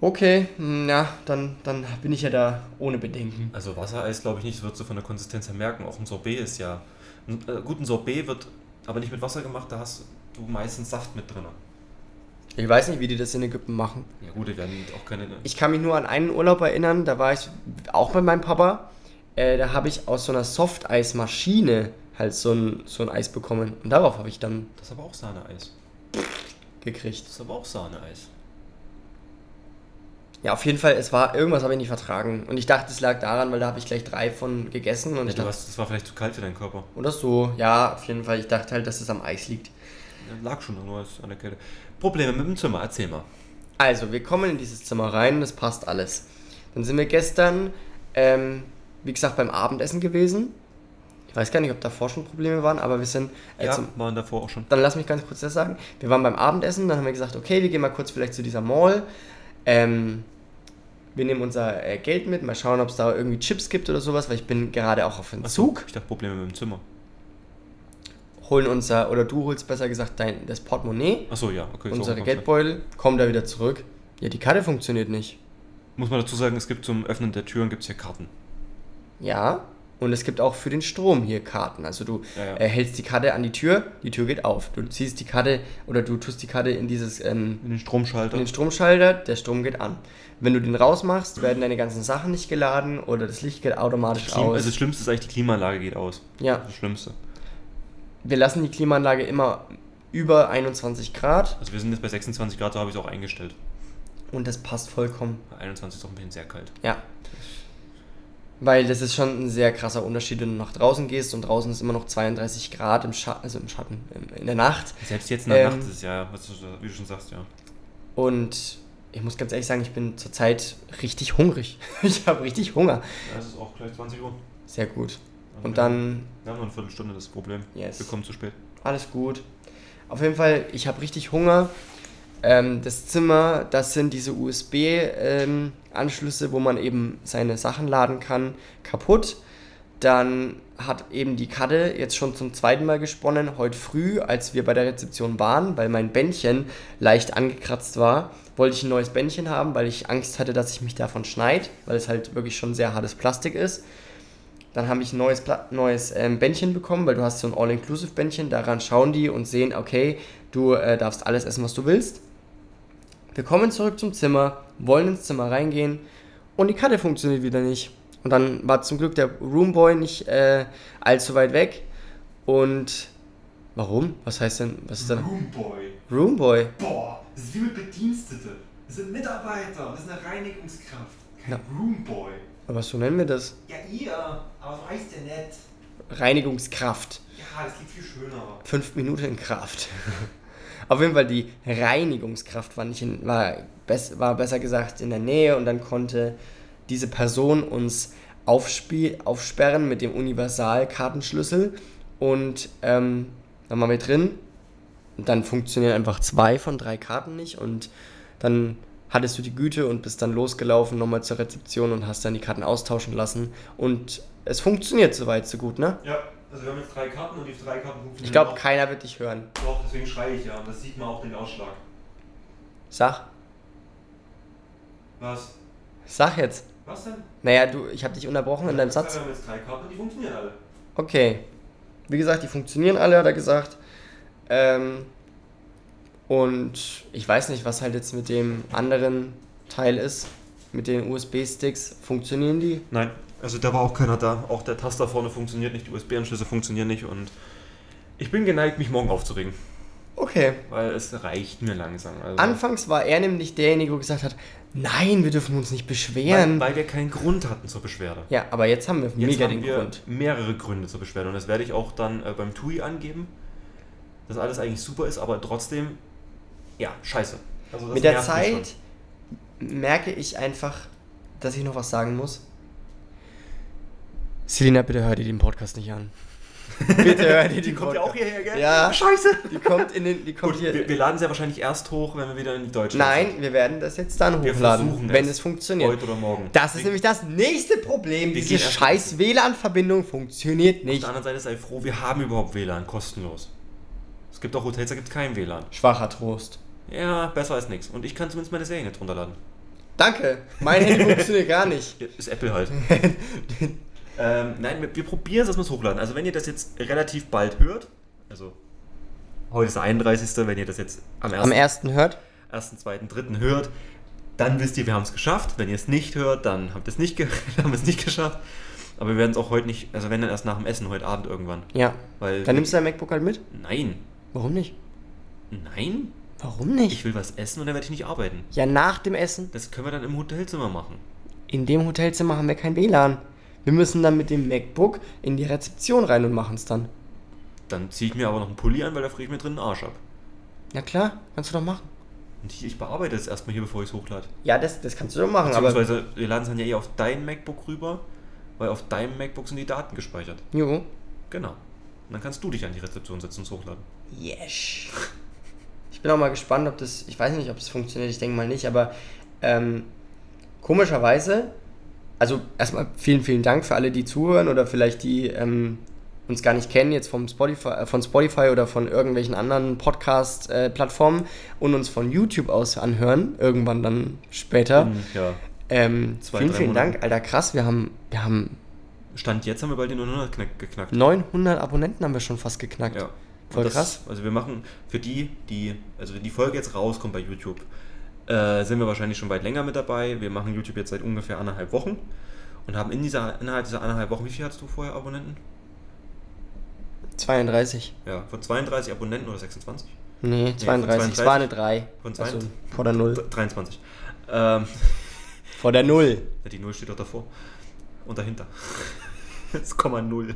Okay, hm, na, dann, dann bin ich ja da ohne Bedenken. Also Wassereis glaube ich nicht, das würdest du von der Konsistenz her merken. Auch ein Sorbet ist ja. Ein, äh, gut, ein Sorbet wird aber nicht mit Wasser gemacht, da hast du meistens Saft mit drin. Ich weiß nicht, wie die das in Ägypten machen. Ja gut, die werden auch keine. ne? Ich kann mich nur an einen Urlaub erinnern, da war ich auch bei meinem Papa. Äh, da habe ich aus so einer Softeismaschine halt so ein, so ein Eis bekommen. Und darauf habe ich dann Das ist aber auch Sahneeis. gekriegt. Das ist aber auch Sahneeis. Ja, auf jeden Fall, es war irgendwas habe ich nicht vertragen. Und ich dachte, es lag daran, weil da habe ich gleich drei von gegessen. Und Ja, ich du dachte, hast, das war vielleicht zu kalt für deinen Körper. oder so, ja, auf jeden Fall. Ich dachte halt, dass es am Eis liegt. Ja, Lag schon nur an der Kälte. Probleme mit dem Zimmer, erzähl mal. Also, wir kommen in dieses Zimmer rein, das passt alles. Dann sind wir gestern, ähm, wie gesagt, beim Abendessen gewesen. Ich weiß gar nicht, ob davor schon Probleme waren, aber wir sind äh, Ja, zum, waren davor auch schon. dann lass mich ganz kurz das sagen. Wir waren beim Abendessen, dann haben wir gesagt, okay, wir gehen mal kurz vielleicht zu dieser Mall. Ähm, wir nehmen unser äh, Geld mit, mal schauen, ob es da irgendwie Chips gibt oder sowas, weil ich bin gerade auch auf Ach so, Entzug. Ich dachte Probleme mit dem Zimmer. Holen unser, oder du holst besser gesagt dein, das Portemonnaie, Achso, ja, okay. so, unsere kommt's Geldbeutel, kommen da wieder zurück. Ja, die Karte funktioniert nicht. ja. Muss man dazu sagen, es gibt zum Öffnen der Türen gibt's hier Karten. Ja, und es gibt auch für den Strom hier Karten. Also du Ja, ja. Äh, hältst die Karte an die Tür, die Tür geht auf. Du ziehst die Karte oder du tust die Karte in dieses ähm, In den Stromschalter. in den Stromschalter, der Strom geht an. Wenn du den rausmachst, werden deine ganzen Sachen nicht geladen oder das Licht geht automatisch Klima, aus. also das Schlimmste ist eigentlich, die Klimaanlage geht aus. Das, ja, ist das Schlimmste. wir lassen die Klimaanlage immer über 21 Grad Also wir sind jetzt bei 26 Grad, so habe ich es auch eingestellt. und das passt vollkommen. 21 ist auch ein bisschen sehr kalt. Ja. Weil das ist schon ein sehr krasser Unterschied, wenn du nach draußen gehst und draußen ist immer noch 32 Grad im Schatten, also im Schatten, im- in der Nacht. Selbst jetzt in der Ähm. Nacht ist es ja, was du, wie du schon sagst, ja. Und ich muss ganz ehrlich sagen, ich bin zurzeit richtig hungrig. Ich habe richtig Hunger. Ja, es ist auch gleich 20 Uhr. Sehr gut. Also Und wir- dann Wir haben noch eine Viertelstunde das Problem. Yes. Wir kommen zu spät. alles gut. Auf jeden Fall, ich habe richtig Hunger. Ähm, das Zimmer, das sind diese USB-Anschlüsse, ähm, wo man eben seine Sachen laden kann, kaputt. Dann hat eben die Karte jetzt schon zum zweiten Mal gesponnen, heute früh, als wir bei der Rezeption waren, weil mein Bändchen leicht angekratzt war, wollte ich ein neues Bändchen haben, weil ich Angst hatte, dass ich mich davon schneid, weil es halt wirklich schon sehr hartes Plastik ist. Dann habe ich ein neues, Pla- neues ähm, Bändchen bekommen, weil du hast so ein All-Inclusive-Bändchen. Daran schauen die und sehen, okay, du äh, darfst alles essen, was du willst. Wir kommen zurück zum Zimmer, wollen ins Zimmer reingehen und die Karte funktioniert wieder nicht. Und dann war zum Glück der Roomboy nicht äh, allzu weit weg. Und warum? Was heißt denn? Was ist denn? Boomboy. Roomboy. Oh Boah, das ist wie mit Bedienstete. Das sind Mitarbeiter, das ist eine Reinigungskraft. Kein Ja. Roomboy. Aber so nennen wir das. Ja, ihr, aber so heißt der nett. Reinigungskraft. Ja, das liegt viel schöner. fünf Minuten in Kraft. Auf jeden Fall die Reinigungskraft war nicht in, war, bess, war besser gesagt in der Nähe und dann konnte diese Person uns aufspie- aufsperren mit dem Universalkartenschlüssel und ähm, dann waren wir drin. Und dann funktionieren einfach zwei von drei Karten nicht und dann hattest du die Güte und bist dann losgelaufen nochmal zur Rezeption und hast dann die Karten austauschen lassen und es funktioniert soweit so gut, ne? Ja, also wir haben jetzt drei Karten und die drei Karten funktionieren Ich glaube, auch. keiner wird dich hören. Doch, deswegen schreie ich ja. Und das sieht man auch den Ausschlag. Sag. Was? Sag jetzt. Was denn? Naja, du, ich habe dich unterbrochen in deinem Satz. Wir haben jetzt drei Karten und die funktionieren alle. Okay. Wie gesagt, die funktionieren alle, hat er gesagt. Ähm, und ich weiß nicht, was halt jetzt mit dem anderen Teil ist. Mit den USB-Sticks. Funktionieren die? Nein, also da war auch keiner da. Auch der Taster vorne funktioniert nicht, die USB-Anschlüsse funktionieren nicht und ich bin geneigt, mich morgen aufzuregen, Okay. weil es reicht mir langsam. Also Anfangs war er nämlich derjenige, der gesagt hat, nein, wir dürfen uns nicht beschweren. weil, weil wir keinen Grund hatten zur Beschwerde. Ja, aber jetzt haben wir Jetzt mega haben den wir Grund. mehrere Gründe zur Beschwerde und das werde ich auch dann äh, beim TUI angeben, dass alles eigentlich super ist, aber trotzdem, ja, scheiße. Also das Mit der nervt mich schon. Zeit merke ich einfach, dass ich noch was sagen muss. Selina, bitte hör dir den Podcast nicht an. Bitte hör dir Die den kommt ja Podcast. auch hierher, gell? Ja. Scheiße. Die kommt in den. Die kommt Gut, hier. wir, wir laden sie ja wahrscheinlich erst hoch, wenn wir wieder in die Deutschland Nein, wir werden das jetzt dann Wir hochladen, versuchen wenn es. es sind. funktioniert. Heute oder morgen. Das Deswegen- ist nämlich das nächste Problem. Wir Diese gehen erst- scheiß WLAN-Verbindung funktioniert Auf nicht. der anderen Seite sei froh, wir haben überhaupt WLAN, kostenlos. Es gibt auch Hotels, da gibt es kein WLAN. Schwacher Trost. Ja, besser als nichts. Und ich kann zumindest meine Serien nicht runterladen. Danke. Mein Handy funktioniert gar nicht. Ja, Ist Apple halt. ähm, nein, wir, wir probieren es, dass wir es hochladen. Also wenn ihr das jetzt relativ bald hört, also heute ist der 31., wenn ihr das jetzt am 1., Am ersten hört. 1., 2., 3. hört, dann wisst ihr, wir haben es geschafft. Wenn ihr es nicht hört, dann habt ihr es nicht, ge haben wir es nicht geschafft. Aber wir werden es auch heute nicht, also wenn dann erst nach dem Essen, heute Abend irgendwann. Ja. Weil Dann nimmst du dein MacBook halt mit? Nein. Warum nicht? Nein? Warum Ich nicht? will was essen und dann werde ich nicht arbeiten. Ja, nach dem Essen. Das können wir dann im Hotelzimmer machen. In dem Hotelzimmer haben wir kein WLAN. Wir müssen dann mit dem MacBook in die Rezeption rein und machen es dann. Dann ziehe ich mir aber noch einen Pulli an, weil da friere ich mir drin den Arsch ab. Na klar, kannst du doch machen. Und ich, ich bearbeite es erstmal hier, bevor ich es hochlade. Ja, das, das kannst du doch machen, aber. Beziehungsweise, wir laden es dann ja eh auf dein MacBook rüber, weil auf deinem MacBook sind die Daten gespeichert. Jo. Genau. Und dann kannst du dich an die Rezeption setzen und es hochladen. Yes. Ich bin auch mal gespannt, ob das. Ich weiß nicht, ob das funktioniert, ich denke mal nicht, aber ähm, komischerweise, also erstmal vielen, vielen Dank für alle, die zuhören oder vielleicht die ähm, uns gar nicht kennen, jetzt vom Spotify, äh, von Spotify oder von irgendwelchen anderen Podcast-Plattformen und uns von YouTube aus anhören, irgendwann dann später. Hm, ja. Ähm, Zwei, vielen, drei vielen Monate. Dank, Alter, krass, wir haben, wir haben Stand jetzt haben wir bald den 900 knack- geknackt. 900 Abonnenten haben wir schon fast geknackt. Ja. Und Voll das, krass. Also wir machen für die, die, also wenn die Folge jetzt rauskommt bei YouTube, äh, sind wir wahrscheinlich schon weit länger mit dabei. Wir machen YouTube jetzt seit ungefähr anderthalb Wochen und haben in dieser, innerhalb dieser anderthalb Wochen, wie viel hattest du vorher Abonnenten? 32. Ja, von 32 Abonnenten oder 26? Nee, 32. Es 32. war eine 3. Von Also 32. vor der 0. 23. Ähm, Vor der 0. die 0 steht doch davor. Und dahinter. Das Komma 0.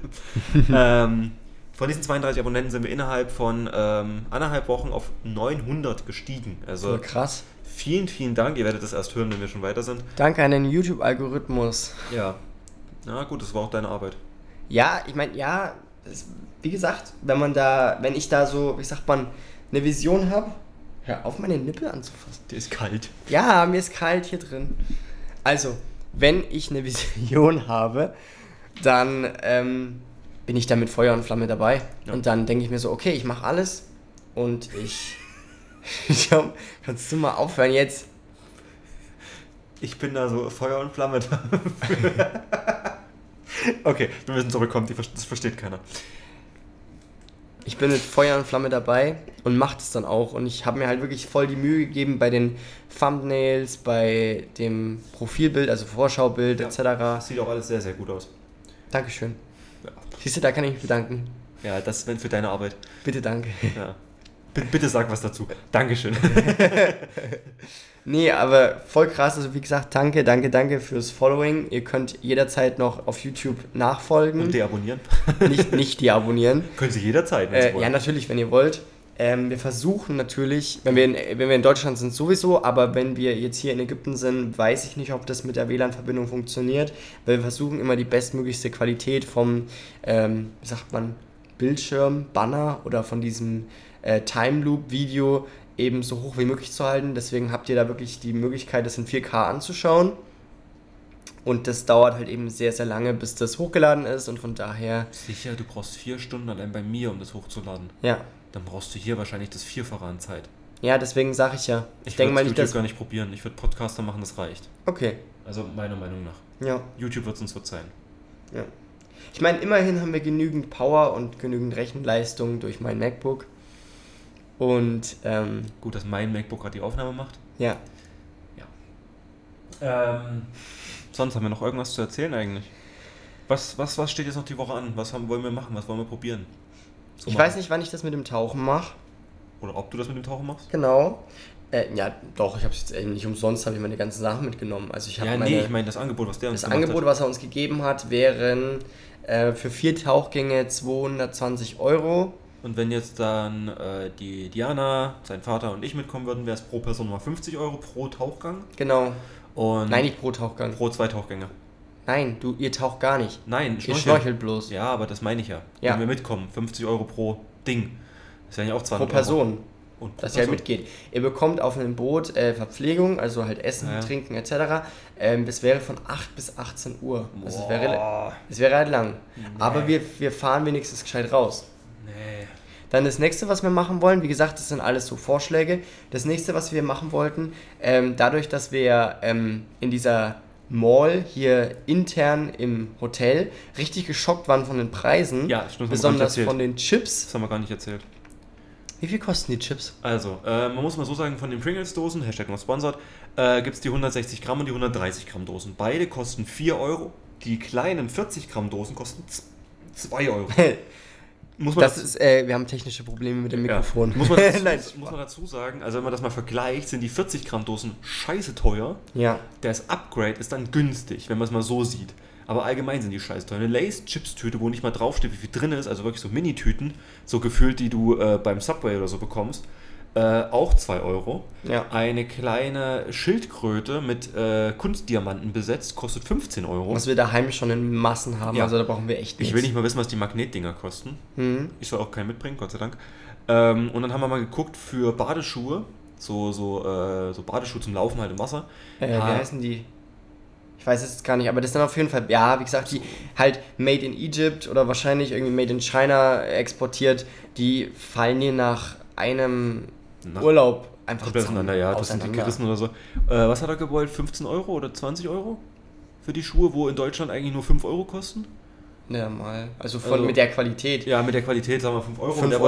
ähm, von diesen 32 Abonnenten sind wir innerhalb von ähm, anderthalb Wochen auf 900 gestiegen. Also Voll krass. Vielen, vielen Dank. Ihr werdet das erst hören, wenn wir schon weiter sind. Danke an den YouTube-Algorithmus. Ja. Na gut, das war auch deine Arbeit. Ja, ich meine, ja, es, wie gesagt, wenn man da, wenn ich da so, wie sagt man, eine Vision habe, hör auf, meine Nippel anzufassen. Die ist kalt. Ja, mir ist kalt hier drin. Also, wenn ich eine Vision habe, dann ähm, bin ich da mit Feuer und Flamme dabei. Ja. Und dann denke ich mir so, okay, ich mache alles und ich... Ja, Kannst du mal aufhören jetzt? Ich bin da so Feuer und Flamme da. okay, wir müssen zurückkommen. Die, ver- das versteht keiner. Ich bin mit Feuer und Flamme dabei und mache das dann auch. Und ich habe mir halt wirklich voll die Mühe gegeben bei den Thumbnails, bei dem Profilbild, also Vorschaubild Ja. etc. Das sieht auch alles sehr, sehr gut aus. Dankeschön. Ja, Siehst du, da kann ich mich bedanken. ja das wenn für deine Arbeit. Bitte danke. Ja. B bitte sag was dazu. Dankeschön. Nee, aber voll krass. Also wie gesagt, danke, danke, danke fürs Following. Ihr könnt jederzeit noch auf YouTube nachfolgen. Und deabonnieren. Nicht, nicht deabonnieren. Können Sie jederzeit, wenn Sie Äh, ja, wollen. natürlich, wenn ihr wollt. Ähm, wir versuchen natürlich, wenn wir, in, äh, wenn wir in Deutschland sind, sowieso, aber wenn wir jetzt hier in Ägypten sind, weiß ich nicht, ob das mit der WLAN-Verbindung funktioniert, weil wir versuchen immer die bestmöglichste Qualität vom, ähm, wie sagt man, Bildschirm, Banner oder von diesem äh, Time Loop-Video eben so hoch wie möglich zu halten. Deswegen habt ihr da wirklich die Möglichkeit, das in 4K anzuschauen. Und das dauert halt eben sehr, sehr lange, bis das hochgeladen ist und von daher, Sicher, du brauchst vier Stunden allein bei mir, um das hochzuladen. ja. Dann brauchst du hier wahrscheinlich das Vierfache an Zeit. Ja, deswegen sage ich ja. Ich, würd's denke mal nicht, YouTube dass. gar nicht probieren. Ich würde Podcaster machen, das reicht. Okay, Also meiner Meinung nach. ja, YouTube wird es uns verzeihen. ja. Ich meine, immerhin haben wir genügend Power und genügend Rechenleistung durch mein MacBook. Und, ähm, Gut, dass mein MacBook gerade die Aufnahme macht. ja. Ähm. Sonst haben wir noch irgendwas zu erzählen eigentlich. Was, was, was steht jetzt noch die Woche an? Was haben, wollen wir machen? Was wollen wir probieren? So Ich machen. weiß nicht, wann ich das mit dem Tauchen mache. Oder ob du das mit dem Tauchen machst? Genau. Äh, ja, doch, ich habe jetzt eben nicht umsonst, habe ich meine ganzen Sachen mitgenommen. Also ich habe Ja, meine. nee, ich meine das Angebot, was der uns das gemacht Angebot, hat. was er uns gegeben hat, wären äh, für vier Tauchgänge 220 Euro. Und wenn jetzt dann äh, die Diana, sein Vater und ich mitkommen würden, wäre es pro Person mal 50 Euro pro Tauchgang. Genau. Und Nein, nicht pro Tauchgang. pro zwei Tauchgänge. Nein, du, ihr taucht gar nicht. Nein, Ihr Schnorcheln. schnorchelt bloß. Ja, aber das meine ich ja. Ja. Wenn wir mitkommen, 50 Euro pro Ding. Das wären ja auch 20 Pro Person. Euro. Und pro dass ihr halt Person. mitgeht. Ihr bekommt auf einem Boot äh, Verpflegung, also halt Essen, Ja. Trinken etc. Ähm, das wäre von 8 bis 18 Uhr. Also es wäre, Boah, es wäre halt lang. Aber wir, wir fahren wenigstens gescheit raus. nee. Dann das nächste, was wir machen wollen, wie gesagt, das sind alles so Vorschläge. Das nächste, was wir machen wollten, ähm, dadurch, dass wir ähm, in dieser Mall hier intern im Hotel richtig geschockt waren von den Preisen, Ja, stimmt, das haben wir gar nicht besonders erzählt. von den Chips. Das haben wir gar nicht erzählt. Wie viel kosten die Chips? Also, äh, man muss mal so sagen, von den Pringles-Dosen, Hashtag noch sponsert, äh, gibt es die 160 Gramm und die 130 Gramm Dosen. Beide kosten 4 Euro. Die kleinen 40 Gramm Dosen kosten z- 2 Euro. Muss man Das dazu- ist, äh, wir haben technische Probleme mit dem Ja. Mikrofon. Muss, man dazu, Nein, muss man dazu sagen, also wenn man das mal vergleicht, sind die 40 Gramm Dosen scheiße teuer. ja. Das Upgrade ist dann günstig, wenn man es mal so sieht. Aber allgemein sind die scheiße teuer. Eine Lace-Chips-Tüte, wo nicht mal draufsteht, wie viel drin ist, also wirklich so Mini-Tüten, so gefühlt, die du äh, beim Subway oder so bekommst, äh, auch 2 Euro. Ja. Eine kleine Schildkröte mit äh, Kunstdiamanten besetzt, kostet 15 Euro. Was wir daheim schon in Massen haben, Ja. also da brauchen wir echt nichts. ich will nicht mal wissen, was die Magnetdinger kosten. Hm. Ich soll auch keinen mitbringen, Gott sei Dank. Ähm, und dann haben wir mal geguckt für Badeschuhe. So, so, äh, so Badeschuhe zum Laufen halt im Wasser. Äh, Wie Ah. heißen die? Ich weiß es gar nicht, aber das sind auf jeden Fall, ja, wie gesagt, die halt made in Egypt oder wahrscheinlich irgendwie made in China exportiert, die fallen dir nach einem Nach- Urlaub einfach Komplett auseinander, ja, das sind die auseinander. gerissen oder so. Äh, was hat er gewollt? 15 Euro oder 20 Euro? Für die Schuhe, wo in Deutschland eigentlich nur 5 Euro kosten? Ja, mal. Also von Also- mit der Qualität. Ja, mit der Qualität sagen wir 5 Euro. 5 Euro und der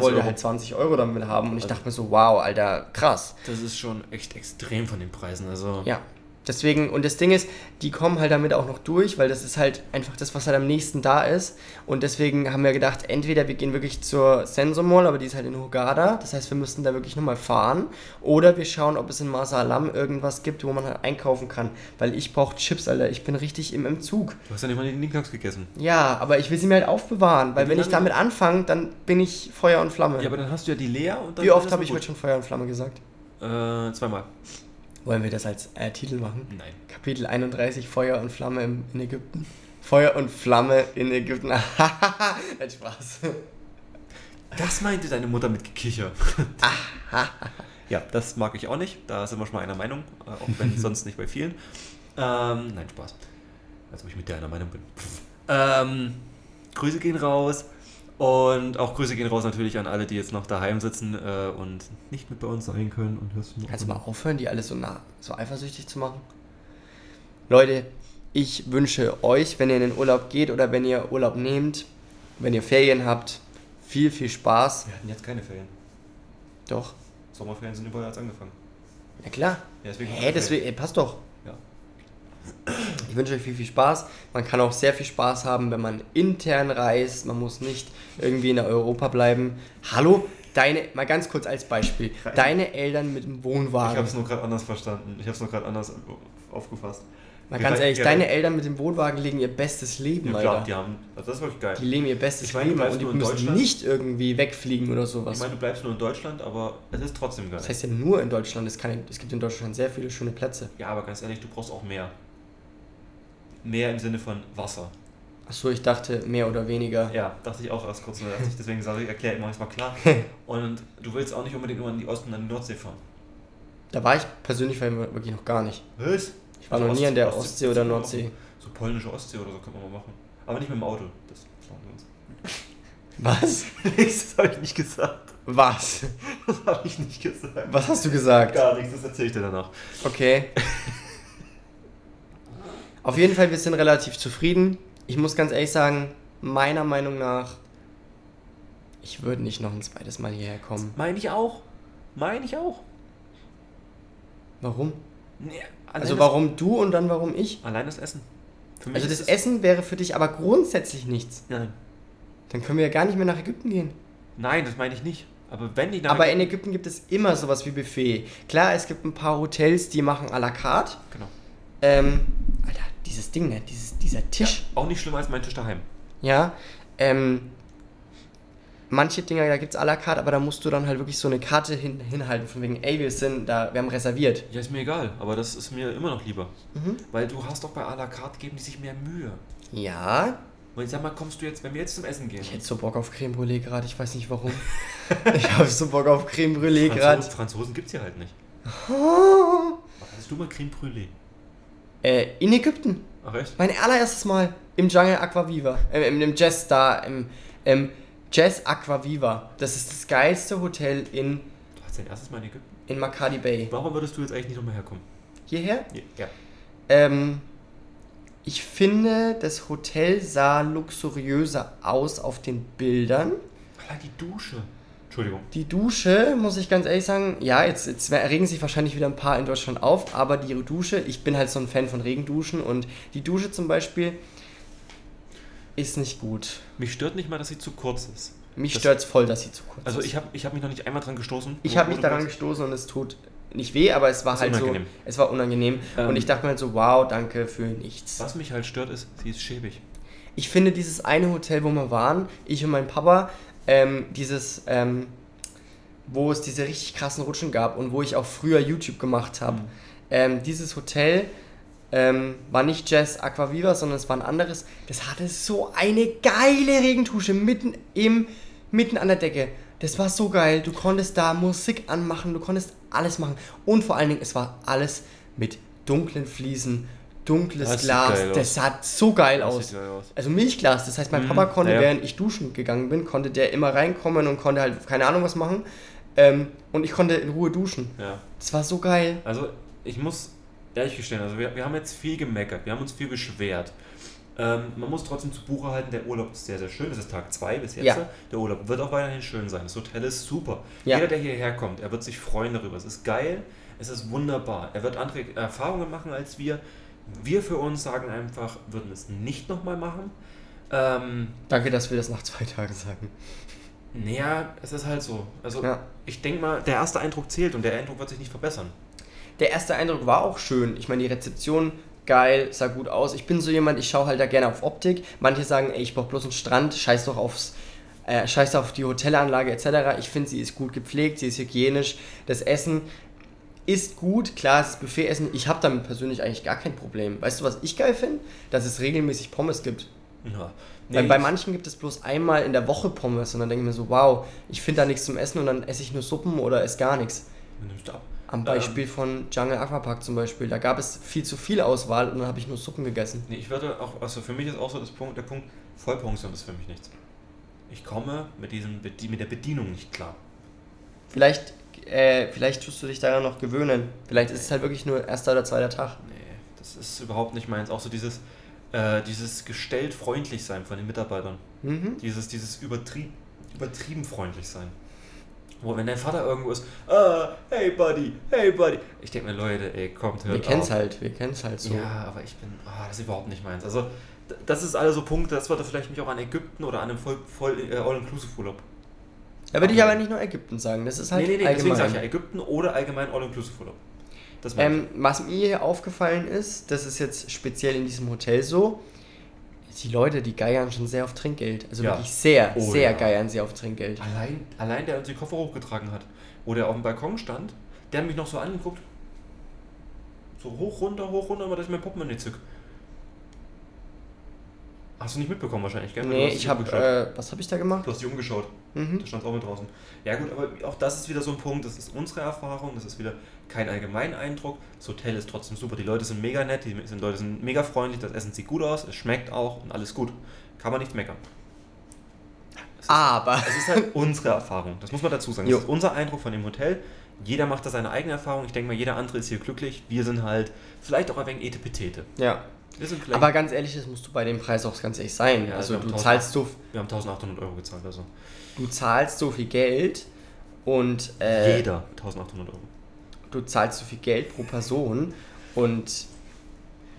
wollte halt 20 Euro damit haben und ich Also- dachte mir so, wow, Alter, krass. Das ist schon echt extrem von den Preisen. Also, Ja. Deswegen, und das Ding ist, die kommen halt damit auch noch durch, weil das ist halt einfach das, was halt am nächsten da ist. Und deswegen haben wir gedacht, entweder wir gehen wirklich zur Sensor Mall, aber die ist halt in Hurghada. Das heißt, wir müssten da wirklich nochmal fahren. Oder wir schauen, ob es in Masa Alam irgendwas gibt, wo man halt einkaufen kann. Weil ich brauche Chips, Alter. Ich bin richtig im Entzug. du hast ja nicht mal den Linkax gegessen. Ja, aber ich will sie mir halt aufbewahren, weil Wie wenn ich lange- damit anfange, dann bin ich Feuer und Flamme. Ja, aber dann hast du ja die leer und dann Wie ist oft es habe ich gut. heute schon Feuer und Flamme gesagt? Äh, zweimal. Wollen wir das als äh, Titel machen? Nein. Kapitel 31, Feuer und Flamme im, in Ägypten. Feuer und Flamme in Ägypten. Hat Spaß. Das meinte deine Mutter mit Gekicher. Ah. ja, das mag ich auch nicht. Da sind wir schon mal einer Meinung, äh, auch wenn sonst nicht bei vielen. Ähm, nein, Spaß. Als ob ich mit der einer Meinung bin. Ähm, Grüße gehen raus. Und auch Grüße gehen raus natürlich an alle, die jetzt noch daheim sitzen äh, und nicht mit bei uns sein können. Und hörst du Kannst du mal aufhören, die alle so, nah, so eifersüchtig zu machen? Leute, ich wünsche euch, wenn ihr in den Urlaub geht oder wenn ihr Urlaub nehmt, wenn ihr Ferien habt, viel, viel Spaß. Wir hatten jetzt keine Ferien. Doch. Sommerferien sind überall jetzt angefangen. Na klar. Ja, deswegen Hä, deswegen, ey, passt doch. Ja. Ich wünsche euch viel, viel Spaß. Man kann auch sehr viel Spaß haben, wenn man intern reist. Man muss nicht irgendwie in Europa bleiben. Hallo? Deine, mal ganz kurz als Beispiel. Deine Eltern mit dem Ich Wohnwagen. habe es nur gerade anders verstanden. Ich habe es nur gerade anders aufgefasst. Mal ganz Wir- ehrlich, wir- deine Eltern mit dem Wohnwagen legen ihr bestes Leben, Ja, klar, Alter. die haben. Also das ist wirklich geil. Die leben ihr bestes Ich meine, Leben du bleibst und die nur in müssen Deutschland. nicht irgendwie wegfliegen oder sowas. Ich meine, du bleibst nur in Deutschland, aber es ist trotzdem geil. das heißt ja nur in Deutschland. Es, kann, es gibt in Deutschland sehr viele schöne Plätze. ja, aber ganz ehrlich, du brauchst auch mehr. Mehr im Sinne von Wasser. Achso, ich dachte mehr oder weniger. Ja, dachte ich auch erst kurz. nur, dachte ich, Deswegen sage ich, erkläre immer mal klar. Und du willst auch nicht unbedingt immer in die Ost- und dann in die Nordsee fahren. Da war ich persönlich wirklich noch gar nicht. Was? Also Ich war Also noch nie an der Ostsee oder Nordsee. So polnische Ostsee oder so können wir mal machen. Aber nicht mit dem Auto. Das sagen wir uns. Was? Nichts, das habe ich nicht gesagt. Was? Das habe ich nicht gesagt. Was hast du gesagt? Gar nichts, das erzähle ich dir danach. Okay. Auf jeden Fall, wir sind relativ zufrieden. Ich muss ganz ehrlich sagen, meiner Meinung nach, ich würde nicht noch ein zweites Mal hierher kommen. Meine ich auch. Meine ich auch. Warum? Nee, allein Also das- warum du und dann warum ich? Allein das Essen. Für mich Also das ist es- Essen wäre für dich aber grundsätzlich nichts. Nein. Dann können wir ja gar nicht mehr nach Ägypten gehen. Nein, das meine ich nicht. Aber wenn die nach Aber in Ägypten gibt es immer sowas wie Buffet. Klar, es gibt ein paar Hotels, die machen à la carte. Genau. Ähm, Alter, dieses Ding, ne? Dieses, dieser Tisch. Auch nicht schlimmer als mein Tisch daheim. Ja, ähm, manche Dinger, da gibt's à la carte, aber da musst du dann halt wirklich so eine Karte hin, hinhalten, von wegen, ey, wir sind da, wir haben reserviert. Ja, ist mir egal, aber das ist mir immer noch lieber. Mhm. Weil du hast doch bei à la carte geben die sich mehr Mühe. Ja, Und ich sag mal, kommst du jetzt, wenn wir jetzt zum Essen gehen? ich hätte so Bock auf Creme Brûlée gerade, ich weiß nicht warum. ich habe so Bock auf Creme Brûlée Franzosen, gerade. Franzosen gibt's hier halt nicht. Hast du mal Creme Brûlée? Äh, in Ägypten, Ach echt? mein allererstes Mal im Jungle Aquaviva, äh, im, im Jazz Star, im, im Jazz Aquaviva. Das ist das geilste Hotel in, Du hast dein erstes Mal in Ägypten. in Makadi Bay. Warum würdest du jetzt eigentlich nicht nochmal herkommen? Hierher? Ja. Ähm, ich finde, das Hotel sah luxuriöser aus auf den Bildern. Allein die Dusche. Entschuldigung. Die Dusche, muss ich ganz ehrlich sagen, ja, jetzt, jetzt regen sich wahrscheinlich wieder ein paar in Deutschland auf, aber die Dusche, ich bin halt so ein Fan von Regenduschen und die Dusche zum Beispiel, ist nicht gut. Mich stört nicht mal, dass sie zu kurz ist. Mich Das- stört's voll, dass sie zu kurz Also ist. ich habe ich hab mich noch nicht einmal dran gestoßen. Ich Wo- habe wo mich du daran warst. gestoßen und es tut nicht weh, aber es war Ist halt unangenehm. so, es war unangenehm. Ähm. und ich dachte mir halt so, wow, danke für nichts. Was mich halt stört, ist, sie ist schäbig. Ich finde dieses eine Hotel, wo wir waren, ich und mein Papa, ähm, dieses, ähm, wo es diese richtig krassen Rutschen gab und wo ich auch früher YouTube gemacht habe. Mhm. Ähm, dieses Hotel ähm, war nicht Jazz Aquaviva, sondern es war ein anderes. Das hatte so eine geile Regentusche mitten im, mitten an der Decke. Das war so geil. Du konntest da Musik anmachen, du konntest alles machen. Und vor allen Dingen, es war alles mit dunklen Fliesen, dunkles Das sieht Glas. geil aus. Das sah so geil Das aus. sieht geil aus. Also Milchglas, das heißt, mein Mhm, Papa konnte, ja, ja. während ich duschen gegangen bin, konnte der immer reinkommen und konnte halt keine Ahnung was machen. Ähm, und ich konnte in Ruhe duschen. Ja. Das war so geil. Also ich muss ehrlich gestehen, also wir, wir haben jetzt viel gemeckert, wir haben uns viel beschwert. Ähm, man muss trotzdem zu Buche halten, der Urlaub ist sehr, sehr schön. Es ist Tag 2 bis jetzt. Ja. Der Urlaub wird auch weiterhin schön sein. Das Hotel ist super. Ja. Jeder, der hierher kommt, er wird sich freuen darüber. Es ist geil, es ist wunderbar. Er wird andere Erfahrungen machen als wir. Wir für uns sagen einfach, würden es nicht nochmal machen. Ähm, Danke, dass wir das nach zwei Tagen sagen. naja, es ist halt so. Also Ja. ich denke mal, der erste Eindruck zählt und der Eindruck wird sich nicht verbessern. Der erste Eindruck war auch schön. Ich meine, die Rezeption geil, sah gut aus. Ich bin so jemand, ich schaue halt da gerne auf Optik. Manche sagen, ey, ich brauche bloß einen Strand, scheiß doch aufs äh, scheiß auf die Hotelanlage etc. Ich finde, sie ist gut gepflegt, sie ist hygienisch. Das Essen ist gut, klar, es ist Buffetessen. Ich habe damit persönlich eigentlich gar kein Problem. Weißt du, was ich geil finde? Dass es regelmäßig Pommes gibt. Ja. Weil bei ich- manchen gibt es bloß einmal in der Woche Pommes und dann denke ich mir so, wow, ich finde da nichts zum Essen und dann esse ich nur Suppen oder esse gar nichts. nimmst du ab. Am Ähm, Beispiel von Jungle Aquapark zum Beispiel, da gab es viel zu viel Auswahl und dann habe ich nur Suppen gegessen. Nee, ich würde auch, also für mich ist auch so das Punkt, der Punkt, Vollpension ist für mich nichts. Ich komme mit, diesem, mit die- mit der Bedienung nicht klar. Vielleicht, äh, vielleicht tust du dich daran noch gewöhnen. Vielleicht ist es halt wirklich nur erster oder zweiter Tag. Nee, das ist überhaupt nicht meins. Auch so dieses, äh, dieses gestellt freundlich sein von den Mitarbeitern. Mhm. Dieses, dieses übertrieb, übertrieben freundlich sein. Wo wenn dein Vater irgendwo ist, ah, hey Buddy, hey Buddy. Ich denke mir, Leute, ey, kommt, hört Wir kennen's auf. halt, wir kennen's halt so. Ja, aber ich bin, ah, das ist überhaupt nicht meins. Also, d- das ist alles so Punkte, das würde vielleicht mich auch an Ägypten oder an einem voll, voll äh, All-Inclusive-Urlaub Da würde ich aber nicht nur Ägypten sagen, das ist halt nee, nee, nee, deswegen sage ich halt. ja allgemein. Ägypten oder allgemein All-Inclusive-Urlaub. Das meine Ähm, was mir hier aufgefallen ist, das ist jetzt speziell in diesem Hotel so, die Leute, die geiern schon sehr auf Trinkgeld. Also Ja. wirklich sehr, Oh sehr ja. geiern sie auf Trinkgeld. ich. Allein, allein der uns den Koffer hochgetragen hat, wo der auf dem Balkon stand, der hat mich noch so angeguckt. So hoch, runter, hoch, runter, aber dass ich mein Portemonnaie zück. Hast du nicht mitbekommen wahrscheinlich, gell? Du Nee, hast dich ich habe, umgeschaut. äh, was habe ich da gemacht? Du hast dich umgeschaut. Mhm. Da stand auch mit draußen. Ja gut, aber auch das ist wieder so ein Punkt, das ist unsere Erfahrung, das ist wieder kein allgemeiner Eindruck. Das Hotel ist trotzdem super, die Leute sind mega nett, die sind, Leute sind mega freundlich, das Essen sieht gut aus, es schmeckt auch und alles gut. Kann man nicht meckern. Aber. Es ist halt unsere Erfahrung, das muss man dazu sagen. Jo. Das ist unser Eindruck von dem Hotel. Jeder macht da seine eigene Erfahrung. Ich denke mal, jeder andere ist hier glücklich. Wir sind halt vielleicht auch ein wenig Etepetete. Ja. Wir sind vielleicht, Aber ganz ehrlich, das musst du bei dem Preis auch ganz ehrlich sein. Ja, also wir haben du 1000. zahlst, so, wir haben 1800 Euro gezahlt, also du zahlst so viel Geld und äh, jeder 1800 Euro. du zahlst so viel Geld pro Person und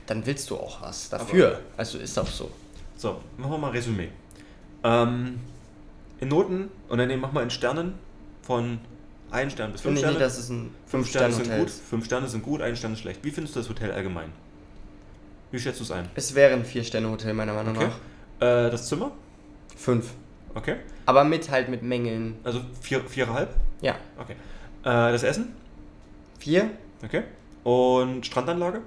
dann willst du auch was dafür. also ist auch so. So, machen wir mal ein Resümee. Ähm, in Noten, oder nee, mach mal in Sternen von 1 Stern bis 5 Finde ich Sterne. nicht, dass es ein 5 Sterne sind gut, Fünf-Sterne-Hotel ist. 5 Sterne sind gut, 1 Stern ist schlecht. Wie findest du das Hotel allgemein? Wie schätzt du es ein? Es wäre ein Vier-Sterne-Hotel meiner Meinung Okay. nach. Äh, das Zimmer? Fünf. Okay. Aber mit halt mit Mängeln. Also 4,5? Vier, Ja. okay. Äh, das Essen? Vier, Okay. Und Strandanlage?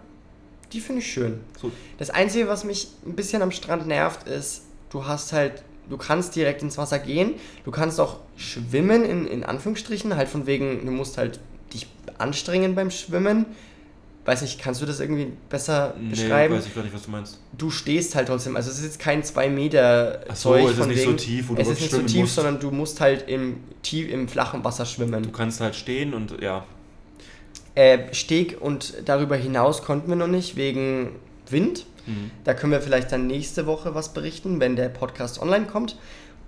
die finde ich schön. So, Das Einzige, was mich ein bisschen am Strand nervt, ist, du hast halt, du kannst direkt ins Wasser gehen, du kannst auch schwimmen, in, in Anführungsstrichen, halt von wegen, du musst halt dich anstrengen beim Schwimmen. Weiß nicht, kannst du das irgendwie besser nee, beschreiben? weiß ich gar nicht, was du meinst. Du stehst halt trotzdem, also es ist jetzt kein 2 Meter Ach so, es ist nicht so tief, wo du es ist wirklich nicht so schwimmen tief, musst. sondern du musst halt im, tief, im flachen Wasser schwimmen. Du kannst halt stehen und ja. Äh, Steg und darüber hinaus konnten wir noch nicht, wegen Wind. Hm. Da können wir vielleicht dann nächste Woche was berichten, wenn der Podcast online kommt.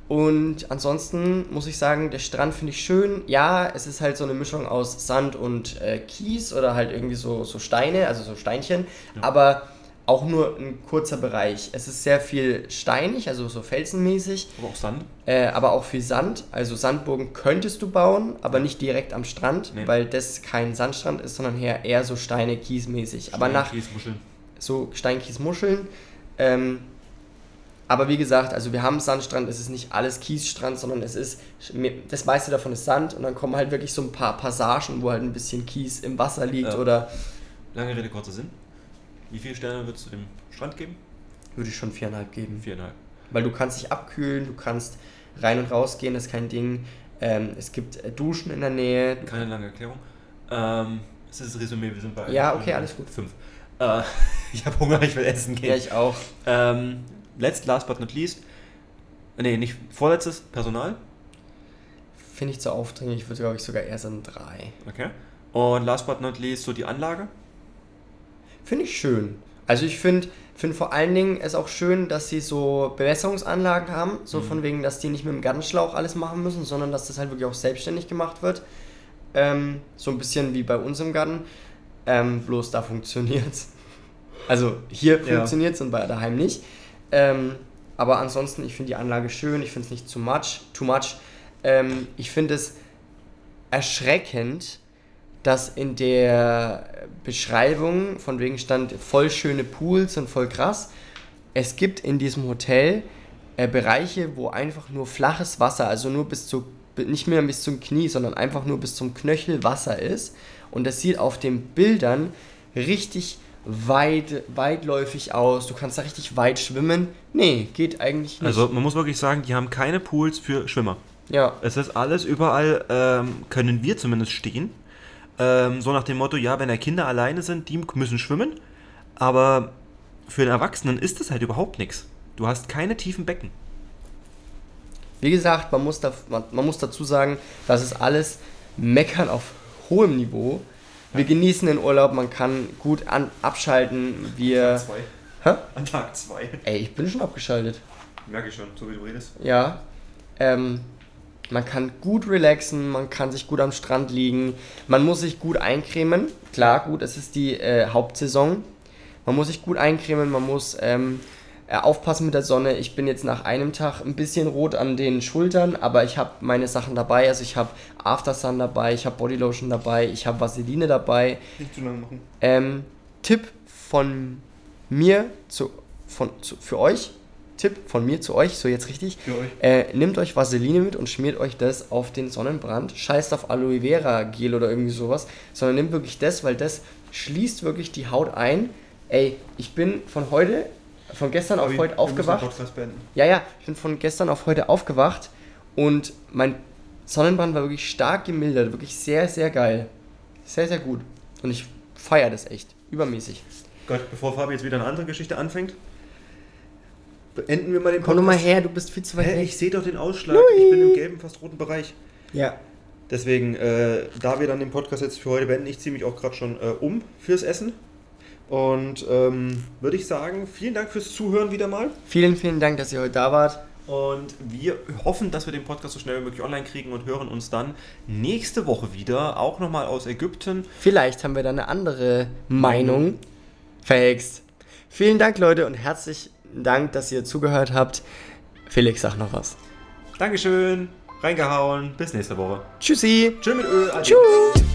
Und ansonsten muss ich sagen, der Strand finde ich schön. Ja, es ist halt so eine Mischung aus Sand und äh, Kies oder halt irgendwie so, so Steine, also so Steinchen. Ja. Aber auch nur ein kurzer Bereich. Es ist sehr viel steinig, also so felsenmäßig, Aber auch Sand. äh, aber auch viel Sand. Also Sandburgen könntest du bauen, aber nicht direkt am Strand, Nee. weil das kein Sandstrand ist, sondern eher, eher so Steine, Kiesmäßig. Aber Stein, nach Kies, Muscheln. so Steinkiesmuscheln. Ähm, aber wie gesagt, also wir haben Sandstrand, es ist nicht alles Kiesstrand, sondern es ist, das meiste davon ist Sand und dann kommen halt wirklich so ein paar Passagen, wo halt ein bisschen Kies im Wasser liegt Ja. oder Lange Rede, kurzer Sinn. Wie viele Sterne würdest du dem Strand geben? würde ich schon viereinhalb geben. Viereinhalb. Weil du kannst dich abkühlen, du kannst rein und raus gehen, das ist kein Ding. Ähm, es gibt äh, Duschen in der Nähe. Keine lange Erklärung. Ähm, es ist das Resümee, wir sind bei Ja, einer okay, Stunde alles gut. Fünf. Äh, ich habe Hunger, ich will essen gehen. Ja, ich auch. Ähm, letzt, last but not least. Nee, nicht vorletztes, Personal. Finde ich zu aufdringlich, ich würde glaube ich sogar eher so ein 3. Okay. Und last but not least, so die Anlage. Finde ich schön. Also ich finde find vor allen Dingen es auch schön, dass sie so Bewässerungsanlagen haben, so Mhm. von wegen, dass die nicht mit dem Ganzschlauch alles machen müssen, sondern dass das halt wirklich auch selbstständig gemacht wird. Ähm, so ein bisschen wie bei uns im Garten, ähm, bloß da funktioniert's. Also hier Ja. funktioniert's und bei daheim nicht. Ähm, aber ansonsten, ich finde die Anlage schön, ich finde es nicht too much, too much. Ähm, ich finde es erschreckend, dass in der Beschreibung von wegen stand voll schöne Pools und voll krass. Es gibt in diesem Hotel äh, Bereiche, wo einfach nur flaches Wasser, also nur bis zu nicht mehr bis zum Knie, sondern einfach nur bis zum Knöchel Wasser ist und das sieht auf den Bildern richtig weit weitläufig aus. Du kannst da richtig weit schwimmen. Nee, geht eigentlich nicht. Also man muss wirklich sagen, die haben keine Pools für Schwimmer. ja. Es ist alles überall, ähm, können wir zumindest stehen. Ähm, so nach dem Motto, ja, wenn da Kinder alleine sind, die müssen schwimmen. Aber für den Erwachsenen ist das halt überhaupt nichts. Du hast keine tiefen Becken. Wie gesagt, man muss, da, man, man muss dazu sagen, das ist alles Meckern auf hohem Niveau. Wir genießen den Urlaub, man kann gut an, abschalten. Wir. Hä? An Tag 2. Ey, ich bin schon abgeschaltet. Merke ich schon, so wie du redest. Ja. Ähm, man kann gut relaxen, man kann sich gut am Strand liegen, man muss sich gut eincremen. Klar, gut, es ist die äh, Hauptsaison. Man muss sich gut eincremen, man muss ähm, äh, aufpassen mit der Sonne. Ich bin jetzt nach einem Tag ein bisschen rot an den Schultern, aber ich habe meine Sachen dabei. Also ich habe Aftersun dabei, ich habe Bodylotion dabei, ich habe Vaseline dabei. Nicht zu lange machen. Ähm, Tipp von mir zu, von, zu, für euch. Tipp von mir zu euch, so jetzt richtig. Für euch. Äh, nehmt euch Vaseline mit und schmiert euch das auf den Sonnenbrand. Scheißt auf Aloe Vera Gel oder irgendwie sowas, sondern nehmt wirklich das, weil das schließt wirklich die Haut ein. Ey, ich bin von heute, von gestern auf heute aufgewacht. Ja, ja, ich bin von gestern auf heute aufgewacht und mein Sonnenbrand war wirklich stark gemildert, wirklich sehr, sehr geil. Sehr, sehr gut. Und ich feiere das echt, übermäßig. Gott, bevor Fabi jetzt wieder eine andere Geschichte anfängt, beenden wir mal den Komm doch mal her, du bist viel zu weit Hä, weg. ich sehe doch den Ausschlag. Ich bin im gelben, fast roten Bereich. Ja. Deswegen, äh, da wir dann den Podcast jetzt für heute beenden, ich ziehe mich auch gerade schon äh, um fürs Essen. Und ähm, würde ich sagen, vielen Dank fürs Zuhören wieder mal. Vielen, vielen Dank, dass ihr heute da wart. Und wir hoffen, dass wir den Podcast so schnell wie möglich online kriegen und hören uns dann nächste Woche wieder, auch nochmal aus Ägypten. Vielleicht haben wir da eine andere Meinung verhext. Vielen Dank, Leute, und herzlichen Dank, dass ihr zugehört habt. Felix, sag noch was. Dankeschön, reingehauen, bis nächste Woche. Tschüssi. Tschüss mit Öl. adieu. Tschüss.